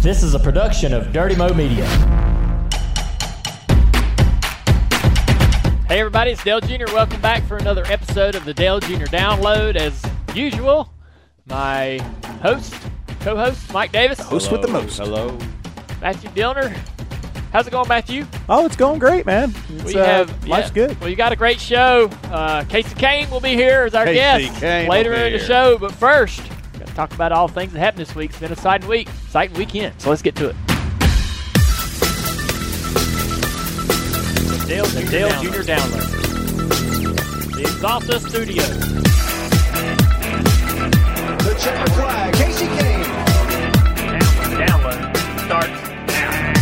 This is a production of Dirty Mo Media. Hey, everybody, it's Dale Jr. Welcome back for another episode of the Dale Jr. Download. As usual, my host, co host, Mike Davis, Host with the most. Hello. Matthew Dillner. How's it going, Matthew? Oh, it's going great, man. It's, uh, life's yeah, good. Well, you got a great show. Uh, Casey Kane will be here as our Casey guest Kane will later be in the here. show. But first, we're going to talk about all things that happened this week. It's been an exciting week, exciting weekend. So let's get to it. Dale, Dale Jr. Download. The Exalta Studio. The checkered flag. Casey Kane. Download. Download. Starts now.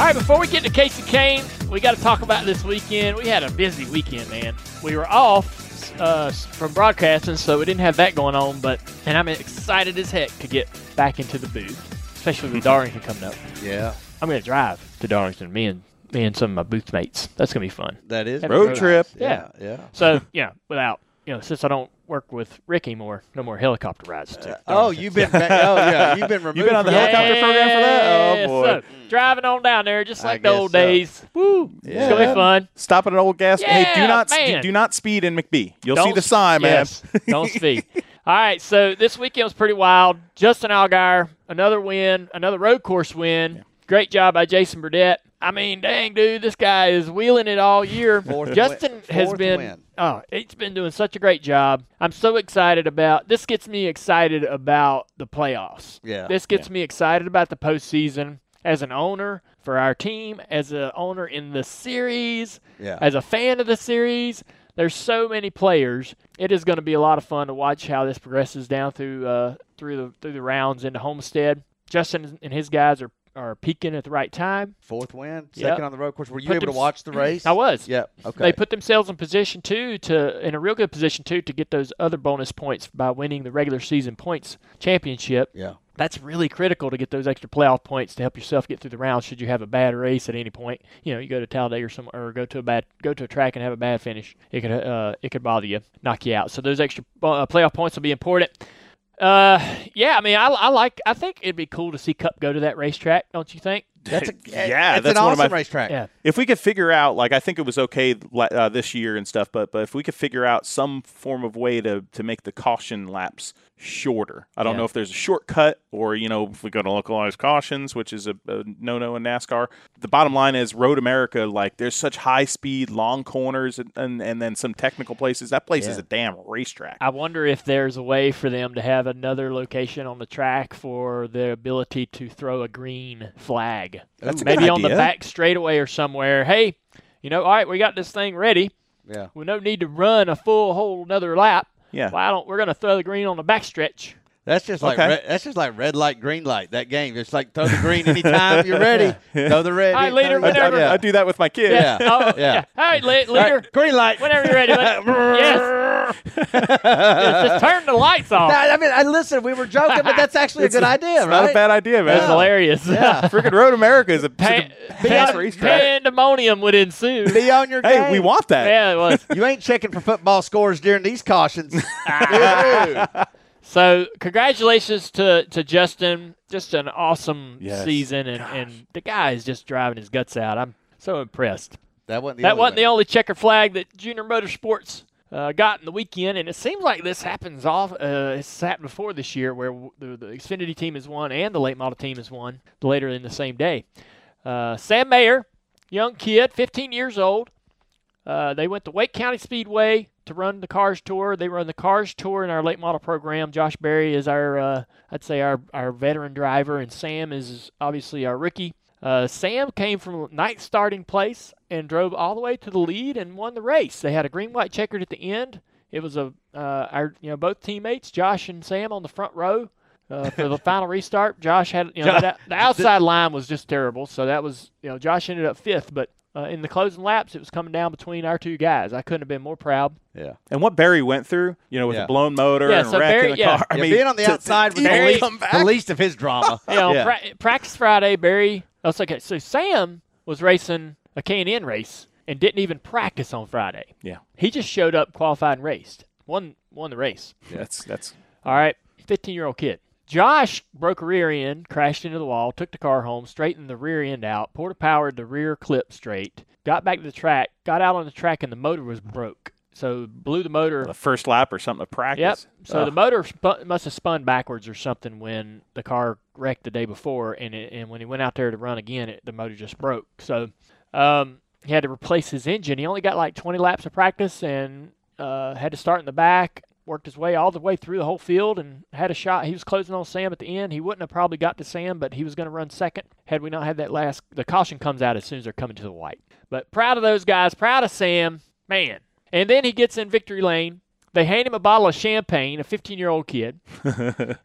All right, before we get to Casey Kane, we got to talk about this weekend. We had a busy weekend, man. We were off uh, from broadcasting, so we didn't have that going on. But and I'm excited as heck to get back into the booth, especially with Darlington coming up. Yeah, I'm gonna drive to Darlington, me and me and some of my booth mates. That's gonna be fun. that is Have a road road trip. trip. yeah. yeah. So yeah, without you know, since I don't work with Rick anymore, no more helicopter rides. To Oh, Darlington. you've been. Back, oh, yeah, you've been removed. been on Uh, oh, the from Yeah, helicopter program for that? Oh, boy. so, driving on down there, just I like the guess old so. days. Woo! It's Yeah. gonna be fun. Stop at an old gas. hey, Yeah, do not man. do not speed in McBee. You'll see Don't- the sign, Yes, don't speak. All right, so this weekend was pretty wild. Justin Allgaier, another win, another road course win. Great job by Jason Burdett. I mean, dang, dude, this guy is wheeling it all year. Fourth Justin win- has fourth been, win. oh, he's been doing such a great job. I'm so excited about this. Gets me excited about the playoffs. Yeah, this gets me excited about the postseason as an owner for our team, as an owner in the series Yeah. as a fan of the series, there's so many players. It is going to be a lot of fun to watch how this progresses down through uh, through the through the rounds into Homestead. Justin and his guys are are peaking at the right time. Fourth win, Yeah. second on the road course. Were you Put able to them- watch the race? I was. Yeah. Okay. They put themselves in position too to in a real good position too to get those other bonus points by winning the regular season points championship. yeah. That's really critical to get those extra playoff points to help yourself get through the round. Should you have a bad race at any point, you know, you go to Talladega or some, or go to a bad, go to a track and have a bad finish, it could, uh, it could bother you, knock you out. So those extra uh, playoff points will be important. Uh, yeah, I mean, I, I like, I think it'd be cool to see Cup go to that racetrack, don't you think? That's a, Yeah, It's that's an one of awesome my- racetrack. Yeah, If we could figure out, like, I think it was okay la- uh, this year and stuff, but but if we could figure out some form of way to to make the caution laps shorter, I don't Yeah. know if there's a shortcut or you know if we go to localized cautions, which is a, a no no in NASCAR. The bottom line is Road America, like, there's such high speed, long corners, and and, and then some technical places. That place is a damn racetrack. I wonder if there's a way for them to have another location on the track for the ability to throw a green flag. That's a maybe good on the idea. back straightaway or somewhere. Hey, you know, all right, we got this thing ready. Yeah. We don't need to run a full whole another lap. Yeah. Why don't we're gonna throw the green on the back stretch? That's just like Okay. red, that's just like red light, green light. That game. It's like throw the green anytime you're ready. Throw the red. All right, throw the leader, red. whenever- I Yeah. do that with my kids. Yeah. Oh, Yeah. All right, le- leader. All right, green light. Whenever you're ready. bud. yes. Just just turn the lights Nah, off. I mean, I listen. We were joking, but that's actually a good idea, It's right? not a bad idea, man. That's hilarious. Yeah. Freaking Road America is a, such a Pan- fast pan- racetrack. pandemonium would ensue. Be on your Hey, game. we want that. Yeah, it was. You ain't checking for football scores during these cautions. So congratulations to, to Justin. Just an awesome Yes. season, and, and the guy is just driving his guts out. I'm so impressed. that wasn't the that only wasn't way. the only checker flag that Junior Motorsports uh, got in the weekend, and it seems like this happens off. Uh, it's happened before this year, where w- the, the Xfinity team is one and the late model team is one later in the same day. Uh, Sam Mayer, young kid, 15 years old. Uh, they went to Wake County Speedway to run the Cars Tour. They run the Cars Tour in our late model program. Josh Berry is our, uh, I'd say, our, our veteran driver, and Sam is obviously our rookie. Uh, Sam came from ninth starting place and drove all the way to the lead and won the race. They had a green white checkered at the end. It was a uh, our you know both teammates Josh and Sam on the front row uh, for the final restart. Josh had you know Josh- that, the outside line was just terrible, so that was you know Josh ended up fifth, but uh, in the closing laps it was coming down between our two guys. I couldn't have been more proud. Yeah. And what Barry went through, you know, with Yeah. a blown motor Yeah, and so wreck Barry- in the yeah. car. I Yeah, mean, being on the to- outside even was the Barry- least, come back. the least of his drama. You know, Yeah. pra- practice Friday, Barry. Oh, it's okay. So Sam was racing a K&N race and didn't even practice on Friday. yeah, He just showed up, qualified, and raced. Won won the race. that's that's All right, fifteen year old kid. Josh broke a rear end, crashed into the wall, took the car home, straightened the rear end out, porta powered the rear clip straight, got back to the track, got out on the track, and the motor was broke. So blew the motor. The first lap or something to practice. Yep. Oh, So the motor spun, must have spun backwards or something when the car wrecked the day before, and it, and when he went out there to run again, it, the motor just broke. So um, he had to replace his engine. He only got like 20 laps of practice and uh, had to start in the back. Worked his way all the way through the whole field and had a shot. He was closing on Sam at the end. He wouldn't have probably got to Sam, but he was going to run second had we not had that last. The caution comes out as soon as they're coming to the white. But proud of those guys. Proud of Sam, man. And then he gets in victory lane. They hand him a bottle of champagne. A 15-year-old kid.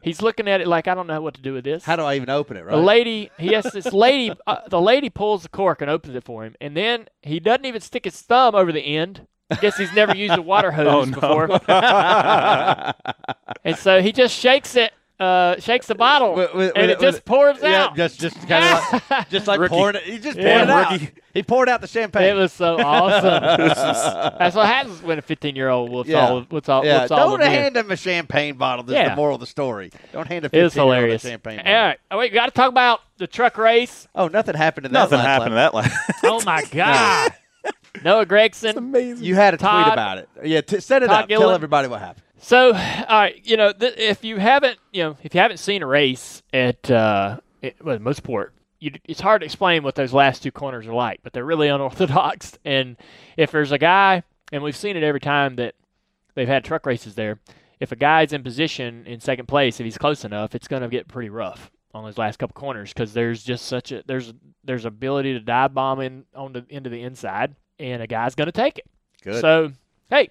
He's looking at it like I don't know what to do with this. How do I even open it, right? The lady, he has this lady. Uh, the lady pulls the cork and opens it for him, and then he doesn't even stick his thumb over the end. I guess he's never used a water hose Oh, no. before, and so he just shakes it, uh, shakes the bottle, With- with- and with- it just with- pours yeah, out. just just kind of like, just like Rookie. pouring it. He just poured Yeah, it out. rookie. He poured out the champagne. it was so awesome. That's what happens when a 15-year-old whoops Yeah. all whoops all yeah, whoops all don't of men. hand him a champagne bottle. That's Yeah. the moral of the story. Don't hand a It was 15 -year-old hilarious. a champagne All bottle. right, oh, wait, we got to talk about the truck race. Oh, nothing happened in that. Nothing last happened lap. to that last. Oh my God, Noah Gregson. amazing. You had a tweet Todd- about it. Yeah, t- set it Todd up. Gillen. Tell everybody what happened. So, all right, you know, th- if you haven't, you know, if you haven't seen a race at uh, it, well, Mooseport, you, it's hard to explain what those last two corners are like, but they're really unorthodox. And if there's a guy, and we've seen it every time that they've had truck races there, if a guy's in position in second place, if he's close enough, it's going to get pretty rough on those last couple corners because there's just such a there's there's ability to dive bomb in on the into the inside, and a guy's going to take it. Good. So, hey.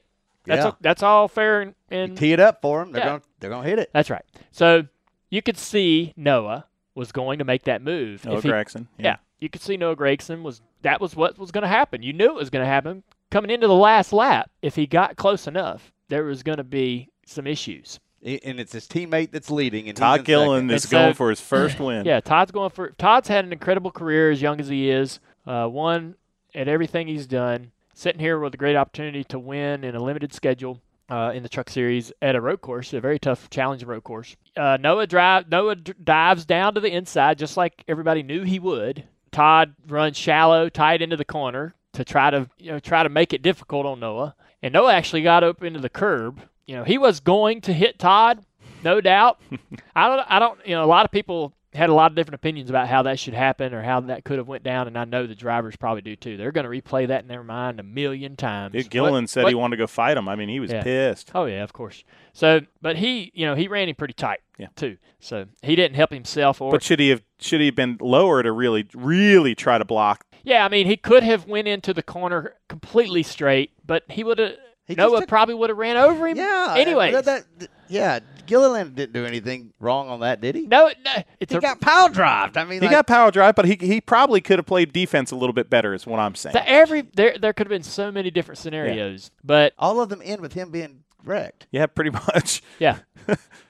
That's, Yeah. a- that's all fair and, You and tee it up for them. They're Yeah. going. They're going to hit it. that's right. So you could see Noah was going to make that move. Noah If he- Gregson. yeah. you could see Noah Gregson was that was what was going to happen. You knew it was going to happen coming into the last lap. If he got close enough, there was going to be some issues. I- And it's his teammate that's leading. And he's Todd in Gillen second. is And so- going for his first win. Yeah, Todd's going for Todd's had an incredible career as young as he is. Uh, one at everything he's done, sitting here with a great opportunity to win in a limited schedule uh, in the Truck Series at a road course, a very tough, challenging road course. Uh, Noah drive Noah d- dives down to the inside just like everybody knew he would. Todd runs shallow, tight into the corner to try to you know try to make it difficult on Noah. And Noah actually got up into the curb. You know he was going to hit Todd, no doubt. I don't. I don't. You know, a lot of people had a lot of different opinions about how that should happen or how that could have went down, and I know the drivers probably do too. They're going to replay that in their mind a million times. Dude, Gillen What- said what- he wanted to go fight him. I mean, he was Yeah. pissed. Oh yeah, of course. So, but he, you know, he ran him pretty tight Yeah. too. So he didn't help himself or But should he have should he have been lower to really really try to block? yeah. I mean, he could have went into the corner completely straight, but he would have. He just Noah took- probably would have ran over him. Yeah. Anyway, that- that- th- yeah. Gilliland didn't do anything wrong on that, did he? no, no, it's He a, got pile drived. I mean, He like, got power drive, but he he probably could have played defense a little bit better. Is what I'm saying. the every there. There could have been so many different scenarios, but all of them end with him being wrecked. yeah, pretty much. Yeah.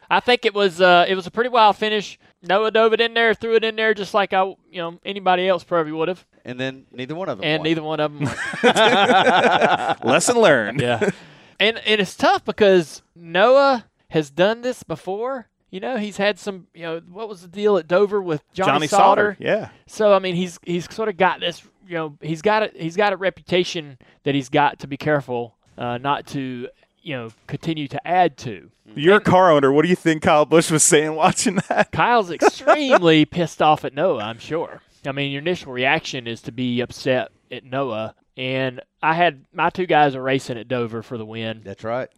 I think it was uh, it was a pretty wild finish. Noah dove it in there, threw it in there just like I you know anybody else probably would have, And then neither one of them. and won. neither one of them. Lesson learned. yeah. And and it's tough because Noah has done this before. You know, he's had some. You know, what was the deal at Dover with Johnny, Johnny Sauter. Yeah. So I mean, he's he's sort of got this. You know, he's got a he's got a reputation that he's got to be careful uh, not to you know continue to add to. Mm. You're a car owner. What do you think Kyle Bush was saying watching that? Kyle's extremely pissed off at Noah, I'm sure. I mean, your initial reaction is to be upset at Noah. And I had my two guys are racing at Dover for the win, That's right.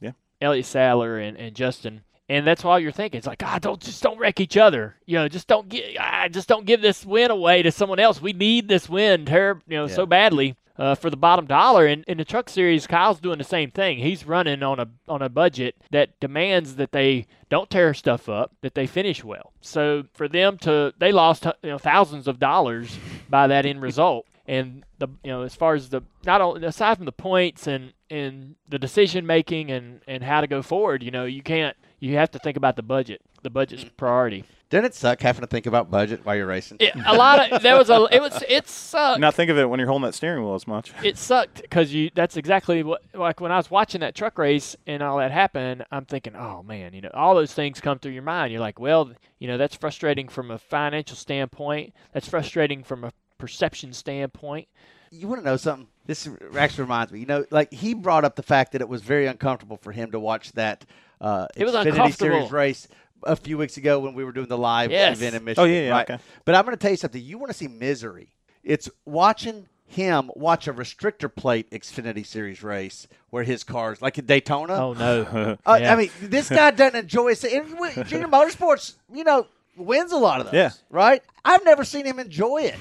Elliot Sadler and, and Justin. And that's all you're thinking. It's like, God, don't just don't wreck each other. You know, just don't get, ah, just don't give this win away to someone else. We need this win, ter- you know, so Yeah. badly uh, for the bottom dollar. And in the Truck Series, Kyle's doing the same thing. He's running on a on a budget that demands that they don't tear stuff up, that they finish well. So for them to, they lost you know thousands of dollars by that end result. And the you know as far as the not only aside from the points and and the decision making and and how to go forward, you know you can't you have to think about the budget. The the budget's priority. Doesn't it suck having to think about budget while you're racing? It, a lot of there was a it was it sucked. Now think of it when you're holding that steering wheel as much. It sucked because you. That's exactly what like when I was watching that truck race and all that happened. I'm thinking, oh man, you know, all those things come through your mind. You're like, well, you know, that's frustrating from a financial standpoint. That's frustrating from a perception standpoint. You want to know something? This actually reminds me. You know, like he brought up the fact that it was very uncomfortable for him to watch that uh, It was Xfinity uncomfortable. Series race a few weeks ago when we were doing the live Yes. event in Oh, Michigan. yeah, yeah, right? okay. But I'm going to tell you something. You want to see misery? It's watching him watch a restrictor plate Xfinity Series race where his cars, like in Daytona. Oh no. Uh, Yeah. I mean, this guy doesn't enjoy it. And w- Junior Motorsports, you know, wins a lot of those. Yeah. Right? I've never seen him enjoy it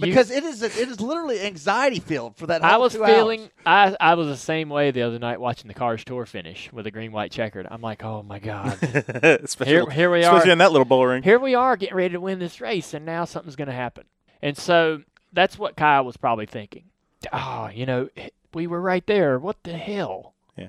because it is a, it is literally anxiety filled for that. Whole I was two hours. feeling I, I was the same way the other night watching the cars tour finish with a green white checkered. I'm like, oh my god, especially, Here- here we especially are. in that little bull ring. here we are getting ready to win this race, and now something's going to happen. And so that's what Kyle was probably thinking. Oh, you know, we were right there. What the hell? Yeah.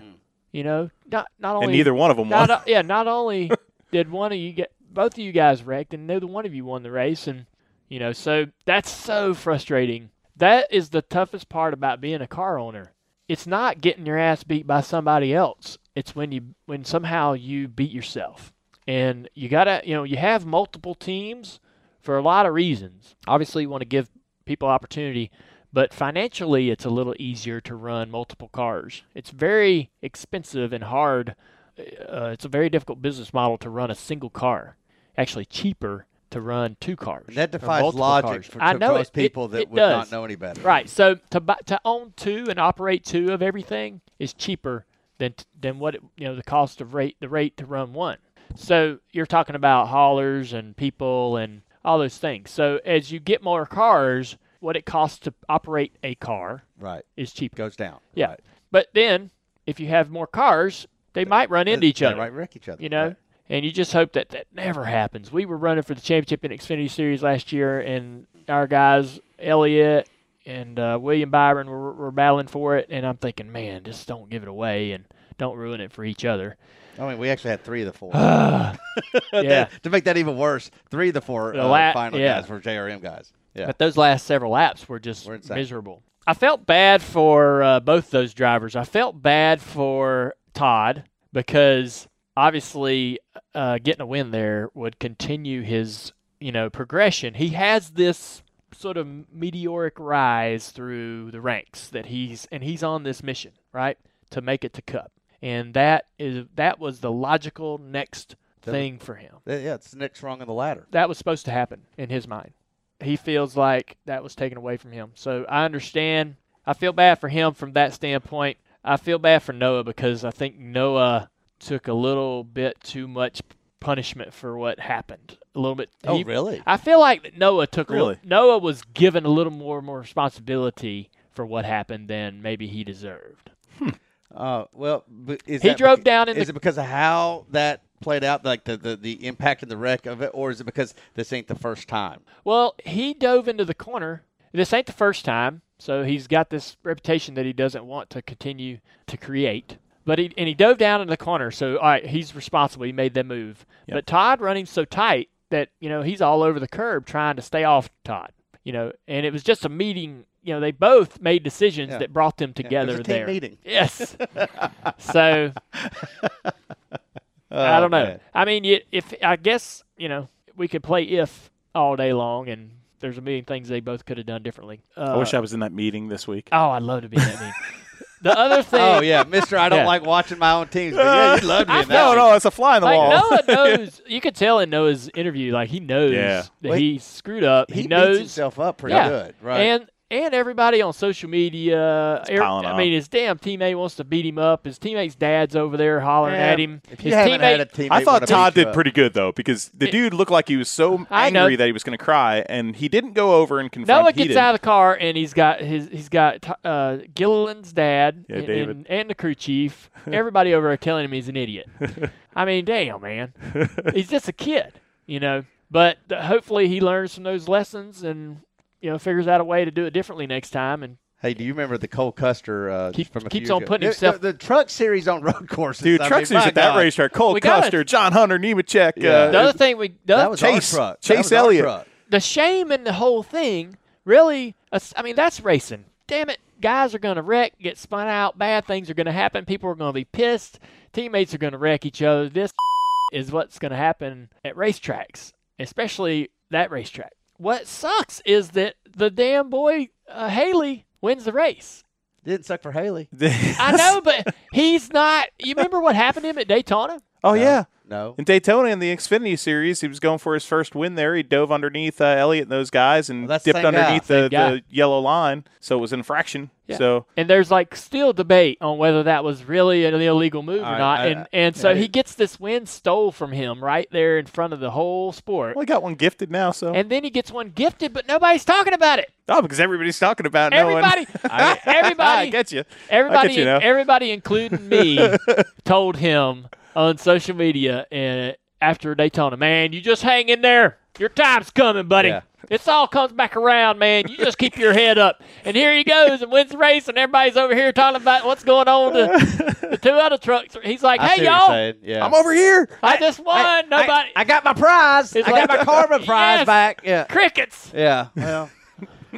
You know, not not only and neither one of them won. not, yeah, not only did one of you get both of you guys wrecked, and neither one of you won the race, and you know, so that's so frustrating. That is the toughest part about being a car owner. It's not getting your ass beat by somebody else. It's when you when somehow you beat yourself, and you gotta you know you have multiple teams for a lot of reasons. Obviously, you want to give people opportunity, but financially, it's a little easier to run multiple cars. It's very expensive and hard. Uh, it's a very difficult business model to run a single car. Actually, cheaper to run two cars. And that or defies multiple logic cars. for I to know most it- it- people that it would does. not know any better. Right. So to buy, to own two and operate two of everything is cheaper than t- than what it, you know the cost of rate the rate to run one. So you're talking about haulers and people and all those things. So as you get more cars, what it costs to operate a car Right. is cheaper. Goes down. yeah. Right. But then if you have more cars, they might run into each They other Right. Wreck each other. you know. Right. And you just hope that that never happens. We were running for the championship in Xfinity Series last year, and our guys Elliott and uh, William Byron were, were battling for it. And I'm thinking, man, just don't give it away and don't ruin it for each other. I mean, we actually had three of the four. yeah. to make that even worse, three of the four The uh, la- final yeah. guys were JRM guys. Yeah. But those last several laps were just Were insane. miserable. I felt bad for uh, both those drivers. I felt bad for Todd because obviously uh, getting a win there would continue his you know progression. He has this sort of meteoric rise through the ranks that he's and he's on this mission right to make it to Cup, and that is that was the logical next thing for him Yeah, Uh, yeah, it's the next rung on the ladder. that was supposed to happen in his mind. He feels like that was taken away from him. So I understand. I feel bad for him from that standpoint. I feel bad for Noah because I think Noah took a little bit too much punishment for what happened. A little bit. Oh, he- really? I feel like that Noah took a Really? little, Noah was given a little more more responsibility for what happened than maybe he deserved. Uh, well, but is He that drove beca- down in Is the- it because of how that played out, like the, the the impact of the wreck of it, or is it because this ain't the first time? Well, he dove into the corner. This ain't the first time, so he's got this reputation that he doesn't want to continue to create. But he and he dove down in the corner, so all right, he's responsible. He made that move. But Todd running so tight that you know he's all over the curb trying to stay off Todd. You know, and it was just a meeting. You know, they both made decisions Yeah. that brought them Yeah, it together was a team there. meeting. Yes. so I Oh, don't know. man. I mean, y- if I guess you know, we could play if all day long, and there's a million things they both could have done differently. Uh, I wish I was in that meeting this week. Oh, I'd love to be in that meeting. the other thing. Oh yeah, Mister, I don't Yeah. like watching my own teams, but yeah, you love me. I in that no, one. no, it's a fly in the Like wall. Noah knows, you could tell in Noah's interview, like he knows Yeah. that Well, he screwed up. He, He, knows beats himself up pretty Yeah. good, right? And and everybody on social media, er- piling I on. mean, his damn teammate wants to beat him up. His teammate's dad's over there hollering Yeah, at him. If you his haven't had teammate- a teammate, I wanna thought beat Todd you did up. pretty good though because the It- dude looked like he was so I know. angry that he was going to cry, and he didn't go over and confront. Noah he gets did. out of the car and he's got his he's got uh, Gilliland's dad Yeah, and, David. and and the crew chief. Everybody over are telling him he's an idiot. I mean, damn man, he's just a kid, you know. But uh, th- hopefully he learns from those lessons and you know figures out a way to do it differently next time and Hey, do you remember the Cole Custer? Uh, Keep- from a keeps few on years putting ago? himself- The, the, truck series on road courses. Dude, I truck mean, series my at that God. racetrack. Cole We gotta- Custer, John Hunter, Nemechek, Yeah. The uh, other thing we the, That was our Chase- truck. That Chase was our Elliott. truck. the shame in the whole thing really us- i mean that's racing damn it guys are going to wreck get spun out bad things are going to happen people are going to be pissed teammates are going to wreck each other this is what's going to happen at racetracks especially that racetrack what sucks is that the damn boy uh, haley wins the race Didn't suck for Haley. i know but he's not you remember what happened to him at daytona oh No, yeah. No. In Daytona in the Xfinity series, he was going for his first win there. He dove underneath uh, Elliott and those guys and Well, that's the dipped same guy. underneath the, guy. the yellow line, so it was an infraction. Yeah. So and there's like still debate on whether that was really an illegal move or I- not. I- and and so he gets this win stole from him right there in front of the whole sport. well, he got one gifted now. So And then he gets one gifted, but nobody's talking about it. oh, because everybody's talking about it, Everybody, No one. I everybody, get you. I everybody, get you now. everybody, including me, told him on social media and after Daytona, man, you just hang in there. Your time's coming, buddy. Yeah. It's all comes back around, man. You just keep your head up. And here he goes and wins the race, and everybody's over here talking about what's going on to the two other trucks. He's like, I see hey, what you're y'all, saying. Yeah. I'm over here. I just won. I- Nobody. I, I got my prize. It's I like- got my carbon prize Yes. back. Yeah. crickets. Yeah. Well.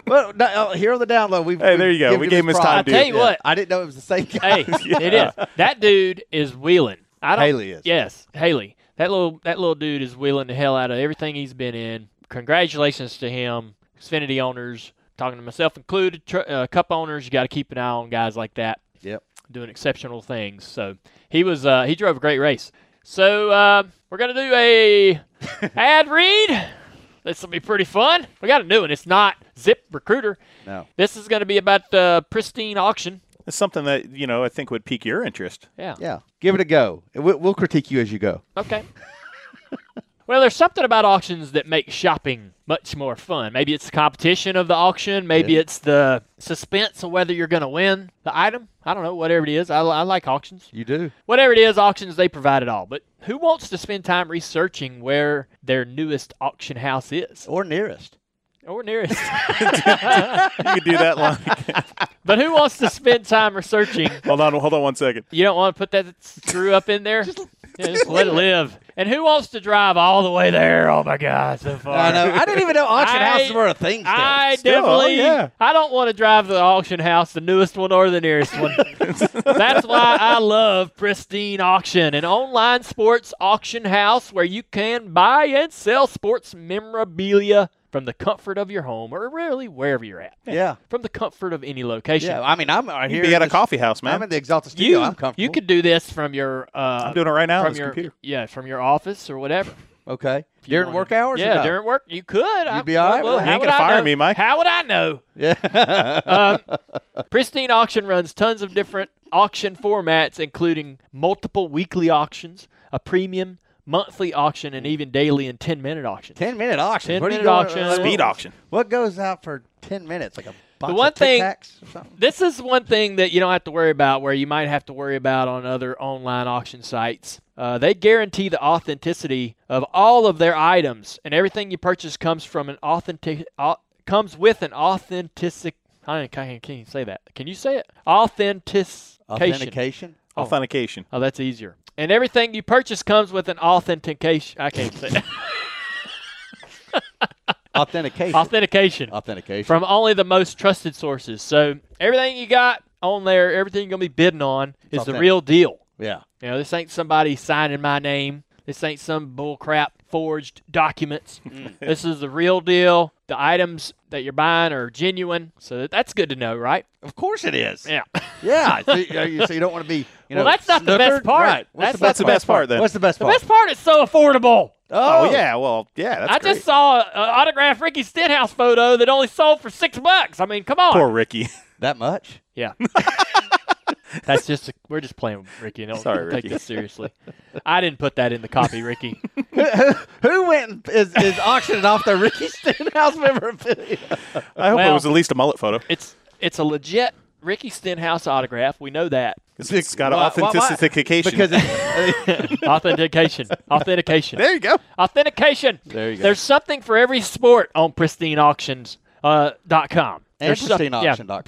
well, no, oh, here on the download, we. Hey, there you go. We gave him his time, I tell dude. you what. I didn't know it was the same guy. Hey, it is. That dude is wheeling. I don't, Haley is. Yes, Haley. That little that little dude is wheeling the hell out of everything he's been in. Congratulations to him, Xfinity owners. Talking to myself included, tr- uh, cup owners. You got to keep an eye on guys like that Yep. doing exceptional things. So he was uh, he drove a great race. So uh, we're gonna do a ad read. This will be pretty fun. We got a new one. It's not Zip Recruiter. No. This is gonna be about the pristine auction. It's something that you know I think would pique your interest. Yeah. Yeah. Give it a go. And we- We'll critique you as you go. Okay. well, there's something about auctions that makes shopping much more fun. Maybe it's the competition of the auction. Maybe Yeah. it's the suspense of whether you're going to win the item. I don't know. Whatever it is, I, I like auctions. You do. Whatever it is, auctions they provide it all. But who wants to spend time researching where their newest auction house is Or nearest. or nearest? You could do that line. but who wants to spend time researching? hold on, hold on one second. You don't want to put that screw up in there. Yeah, just let it live. And who wants to drive all the way there? Oh my God, so far. I know. I didn't even know auction I- houses were a thing. Still. I Still, definitely. oh, yeah. I don't want to drive the auction house, the newest one or the nearest one. That's why I love Pristine Auction, an online sports auction house where you can buy and sell sports memorabilia from the comfort of your home or really wherever you're at. yeah. From the comfort of any location. Yeah. I mean, I'm right You'd here. be at in a this- coffee house, I'm man. in the Exalted Studio. You, I'm comfortable. you could do this from your uh, I'm doing it right now on from this your computer. yeah from your office or whatever. Okay. if you During wanted. work hours? or Yeah, no? during work you could. You'd be all right with it? You ain't gonna fire me, Mike. How would I know? Yeah. Um, Pristine Auction runs tons of different auction formats, including multiple weekly auctions, a premium monthly auction, and even daily and 10 minute auctions. 10 minute auction. 10 What are you minute going- auction. uh, Speed what- auction. What goes out for 10 minutes? Like a box one of Tic thing- Tacs or something? This is one thing that you don't have to worry about, where you might have to worry about on other online auction sites. Uh, they guarantee the authenticity of all of their items, and everything you purchase comes from an authentic au- comes with an authentic. I can't, can't even say that. Can you say it? Authentication. Authentication? Oh. Authentication. Oh, that's easier. And everything you purchase comes with an authentication. I can't say that. Authentication. authentication Authentication. from only the most trusted sources. So everything you got on there, everything you're gonna be bidding on is the authentic. real deal. yeah. You know, this ain't somebody signing my name. This ain't some bullcrap forged documents. Mm. this is the real deal. The items that you're buying are genuine. So that- that's good to know, right? Of course it is. Yeah. Yeah. so, you, uh, you- so you don't want to be. You know, well, that's not the best snookered? part. Right. What's That's, the That's not the best part, then. What's the best the part? best part. Is so affordable. Oh, yeah, well yeah. That's I great. just saw an autographed Ricky Stenhouse photo that only sold for six bucks. I mean, come on. poor Ricky. That much? Yeah. That's just we're just playing, Ricky. Don't Sorry, take Ricky. this seriously. I didn't put that in the copy, Ricky. Who went and is, is auctioning off the Ricky Stenhouse memorabilia? I hope Well- it was at least a mullet photo. it's it's a legit Ricky Stenhouse autograph. We know that It's got Why- why- why? authentication. Because it, uh, authentication, authentication, there you go. authentication. There you go. There's something for every sport on pristineauctions.com. Uh, dot com. And There's stuff- pristineauction.com.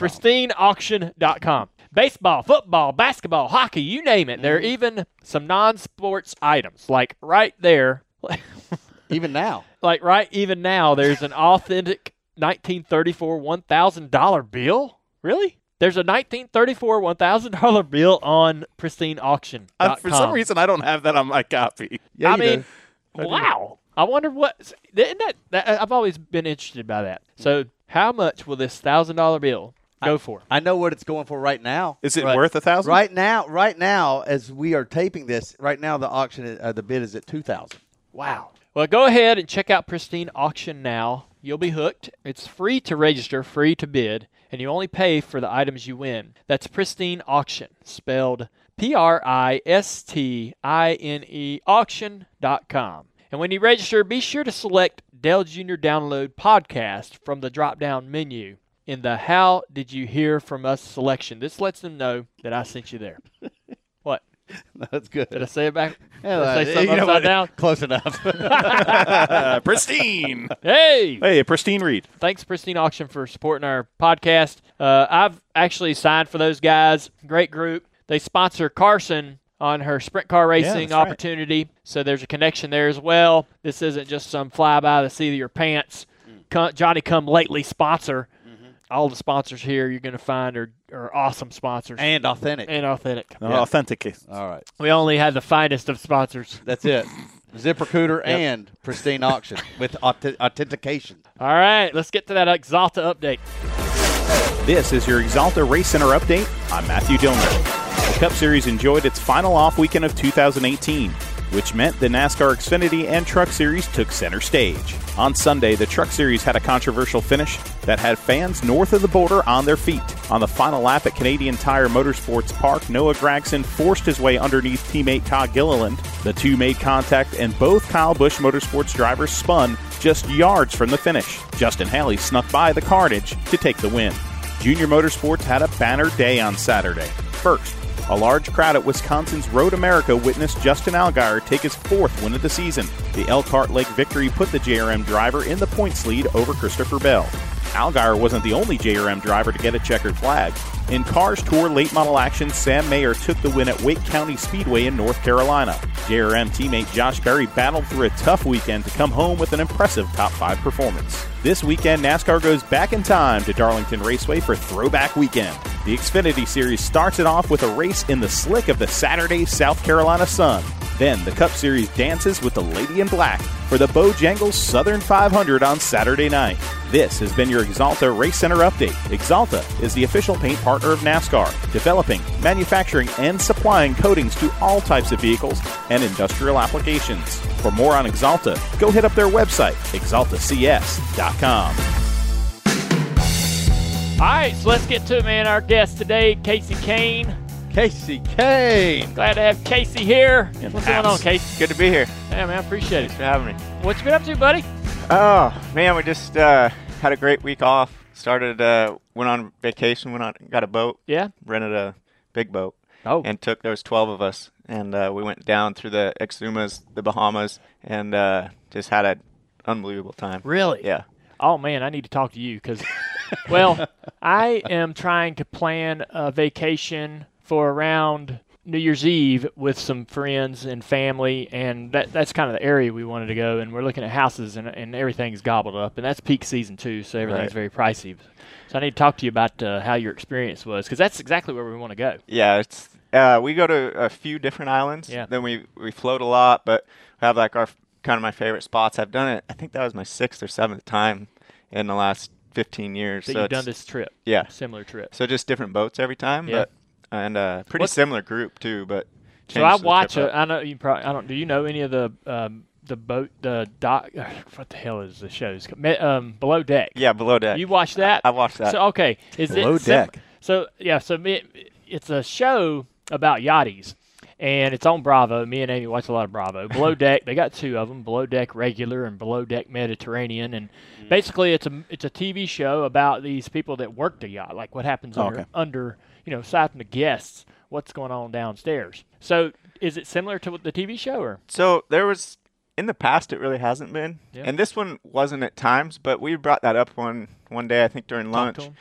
pristineauction.com. Baseball, football, basketball, hockey, you name it. There are even some non-sports items. Like right there, Even now. like right even now, there's an authentic 1934 $1,000 bill. Really? There's a 1934 $1,000 bill on pristineauction.com. I, Uh, for some reason, I don't have that on my copy. I mean, wow. I wonder what isn't that, that I've always been interested by that. So, how much will this $1,000 bill go for? I know what it's going for right now. Is it Right. worth a thousand? Right now, right now, as we are taping this, right now the auction, is, uh, the bid is at two thousand. Wow. Well, go ahead and check out Pristine Auction now. You'll be hooked. It's free to register, free to bid, and you only pay for the items you win. That's Pristine Auction, spelled P R I S T I N E auction.com. And when you register, be sure to select Dell Jr. Download Podcast from the drop down menu in the How Did You Hear From Us selection. This lets them know that I sent you there. what? That's good. Did I say it back? Yeah, Did I say you something know upside what? down? Close enough. Uh, pristine. Hey! hey, a pristine read. thanks pristine auction for supporting our podcast uh, i've actually signed for those guys great group they sponsor carson on her sprint car racing that's right. opportunity so there's a connection there as well this isn't just some fly by the seat of your pants Co- johnny come lately sponsor all the sponsors here you're going to find are, are awesome sponsors and authentic. and authentic Uh, Authentic. All right, we only had the finest of sponsors that's it. Zipper Cooter and pristine auction with aut- authentication. all right let's get to that exalta update This is your Exalta Race Center update. I'm Matthew Dillner. The Cup Series enjoyed its final off weekend of 2018, which meant the NASCAR Xfinity and Truck Series took center stage. On Sunday, the Truck Series had a controversial finish that had fans north of the border on their feet. On the final lap at Canadian Tire Motorsports Park, Noah Gragson forced his way underneath teammate Kyle Gilliland. The two made contact, and both Kyle Busch Motorsports drivers spun just yards from the finish. Justin Haley snuck by the carnage to take the win. Junior Motorsports had a banner day on Saturday. First, a large crowd at Wisconsin's Road America witnessed Justin Allgaier take his fourth win of the season. The Elkhart Lake victory put the JRM driver in the points lead over Christopher Bell. Allgaier wasn't the only JRM driver to get a checkered flag. In Cars Tour late model action, Sam Mayer took the win at Wake County Speedway in North Carolina. JRM teammate Josh Berry battled through a tough weekend to come home with an impressive top five performance. This weekend, NASCAR goes back in time to Darlington Raceway for Throwback Weekend. The Xfinity Series starts it off with a race in the slick of the Saturday South Carolina sun. Then the Cup Series dances with the Lady in Black for the Bojangles Southern 500 on Saturday night. This has been your Exalta Race Center update. Exalta is the official paint partner of NASCAR, developing, manufacturing, and supplying coatings to all types of vehicles and industrial applications. For more on Exalta, go hit up their website, exaltacs.com. all right so let's get to it, man our guest today casey kane Casey Kane. Glad to have Casey here. And What's Paps. going on, Casey? Good to be here. Yeah, man, I appreciate it. Thanks for having me. What you been up to, buddy? Oh man, we just uh, had a great week off. Started, uh, went on vacation. Went on, got a boat, Yeah. rented a big boat, Oh. and took. There was twelve of us, and uh, we went down through the Exumas, the Bahamas, and uh, just had an unbelievable time. Really? Yeah. Oh man, I need to talk to you because, well, I am trying to plan a vacation for around New Year's Eve with some friends and family, and that that's kind of the area we wanted to go. And we're looking at houses, and and everything's gobbled up, and that's peak season too, so everything's very pricey. So I need to talk to you about uh, how your experience was because that's exactly where we want to go. Yeah, it's uh, we go to a few different islands. Yeah. Then we we float a lot, but we have like our kind of my favorite spots. I've done it. I think that was my sixth or seventh time in the last fifteen years. That so you've done it's- this trip, Yeah. similar trip. So just different boats every time. Yeah. But and uh, pretty What's- similar group too, but. So I changed the trip watch. up. A, I know you probably. I don't. Do you know any of the um, the boat the doc? What the hell is the show's ca- Me- um, Below Deck? Yeah, below deck. You watched that? I watched that. So okay, is Below it sim- Deck. So yeah, so me, it's a show about yachties, and it's on Bravo. Me and Amy watch a lot of Bravo. Below Deck, they got two of them: Below Deck Regular and Below Deck Mediterranean. And Mm-hmm. basically, it's a it's a TV show about these people that work the yacht, like what happens Oh, under, okay. under you know, aside from the guests, what's going on downstairs. So is it similar to what the TV show or? so there was in the past it really hasn't been. Yeah. And this one wasn't at times, but we brought that up one one day I think during Talked to lunch 'em?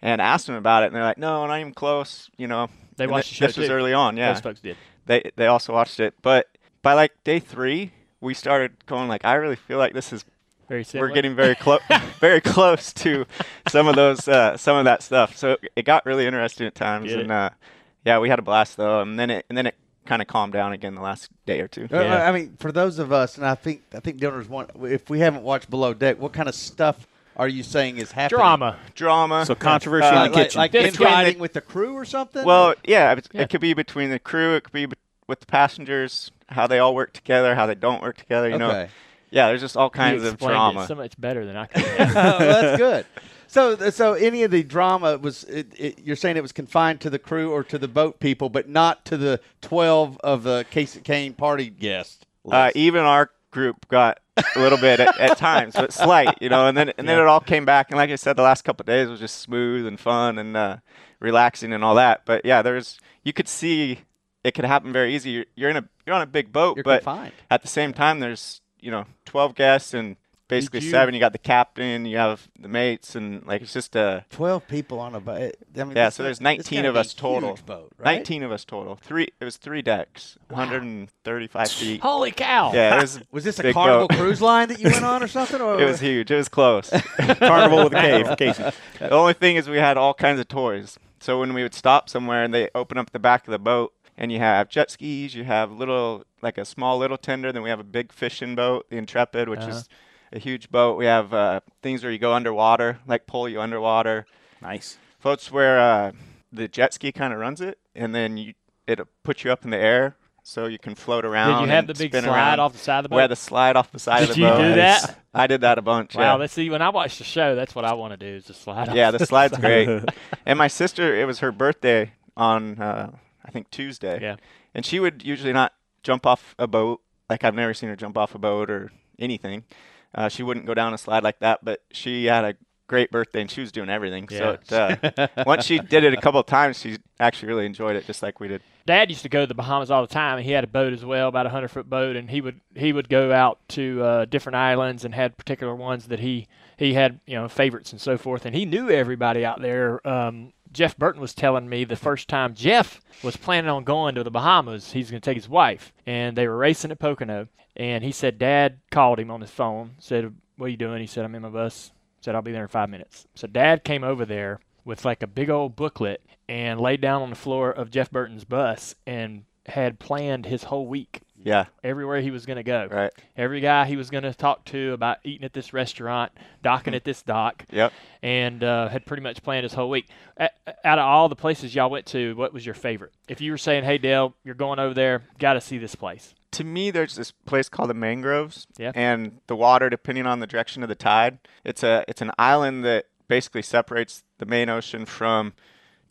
and asked them about it and they're like, "No, not even close," you know. They And watched thi- the show This was too. early on, yeah. Those folks did. They they also watched it, but by like day 3, we started going like, "I really feel like this is Very similar. we're getting very close, very close to some of those, uh, some of that stuff. So it got really interesting at times, Get it. and uh, yeah, we had a blast though, and then it, and then it kind of calmed down again the last day or two. Uh, Yeah. I mean, for those of us, and I think I think donors want. If we haven't watched Below Deck, what kind of stuff are you saying is happening? drama. Drama. So controversy Uh, in the like, kitchen. like This in guy- riding with the crew or something. Well, yeah, it, Yeah. it could be between the crew, it could be bet- with the passengers, how they all work together, how they don't work together. You know, Okay. yeah, there's just all kinds you of explained drama. It so much better than I could. Oh, Well, that's good. So, so any of the drama was it, it, you're saying it was confined to the crew or to the boat people, but not to the twelve of the Casey Kane party guests. Uh, even our group got a little bit at, at times, but slight, you know. And then and then it all came back. And like I said, the last couple of days was just smooth and fun and uh, relaxing and all that. But yeah, there's you could see it could happen very easy. You're, you're in a you're on a big boat, You're but confined. at the same time, there's you know 12 guests and basically Did you- seven. You got the captain, you have the mates, and like it's just uh, a Twelve people on a boat. I mean, yeah. this- So there's this 19 gotta of be a us total. Huge boat, right? 19 of us total. Three. It was three decks, 135 feet. Holy cow! Yeah, it was Was this a Big Carnival boat. Cruise Line that you went on or something? Or It was huge. It was close. Carnival with a cave, Casey. the only thing is we had all kinds of toys. So when we would stop somewhere and they open up the back of the boat and you have jet skis, you have little like a small little tender, then we have a big fishing boat, the Intrepid, which is Uh-huh. a huge boat. We have uh, things where you go underwater, like pull you underwater. Nice. Floats where uh, the jet ski kind of runs it, and then you it'll put you up in the air so you can float around. Did you have and the big spin slide around. off the side of the We had boat? the slide off the side Did of the you boat. do that? I did that a bunch. Wow, yeah. that's see when I watch the show, that's what I want to do is just slide. off Yeah, the slide's great. side. And my sister, it was her birthday on uh, I think Tuesday. Yeah. And she would usually not jump off a boat. Like I've never seen her jump off a boat or anything. Uh, she wouldn't go down a slide like that. But she had a great birthday and she was doing everything. So it, uh, once she did it a couple of times, she actually really enjoyed it, just like we did. Dad used to go to the Bahamas all the time, and he had a boat as well, about a hundred foot boat, and he would he would go out to uh, different islands and had particular ones that he he had you know favorites and so forth, and he knew everybody out there. Um, Jeff Burton was telling me the first time Jeff was planning on going to the Bahamas, he's going to take his wife, and they were racing at Pocono, and he said Dad called him on his phone, said, "What are you doing?" He said, "I'm in my bus." Said, I'll be there in five minutes. So dad came over there with like a big old booklet and laid down on the floor of Jeff Burton's bus and had planned his whole week Yeah. everywhere he was going to go. Right. Every guy he was going to talk to about eating at this restaurant, docking at this dock. Yep. And uh, had pretty much planned his whole week. A- out of all the places y'all went to, what was your favorite? If you were saying, "Hey Dale, you're going over there, got to see this place." to me, there's this place called the mangroves, Yeah. and the water, depending on the direction of the tide, it's a it's an island that basically separates the main ocean from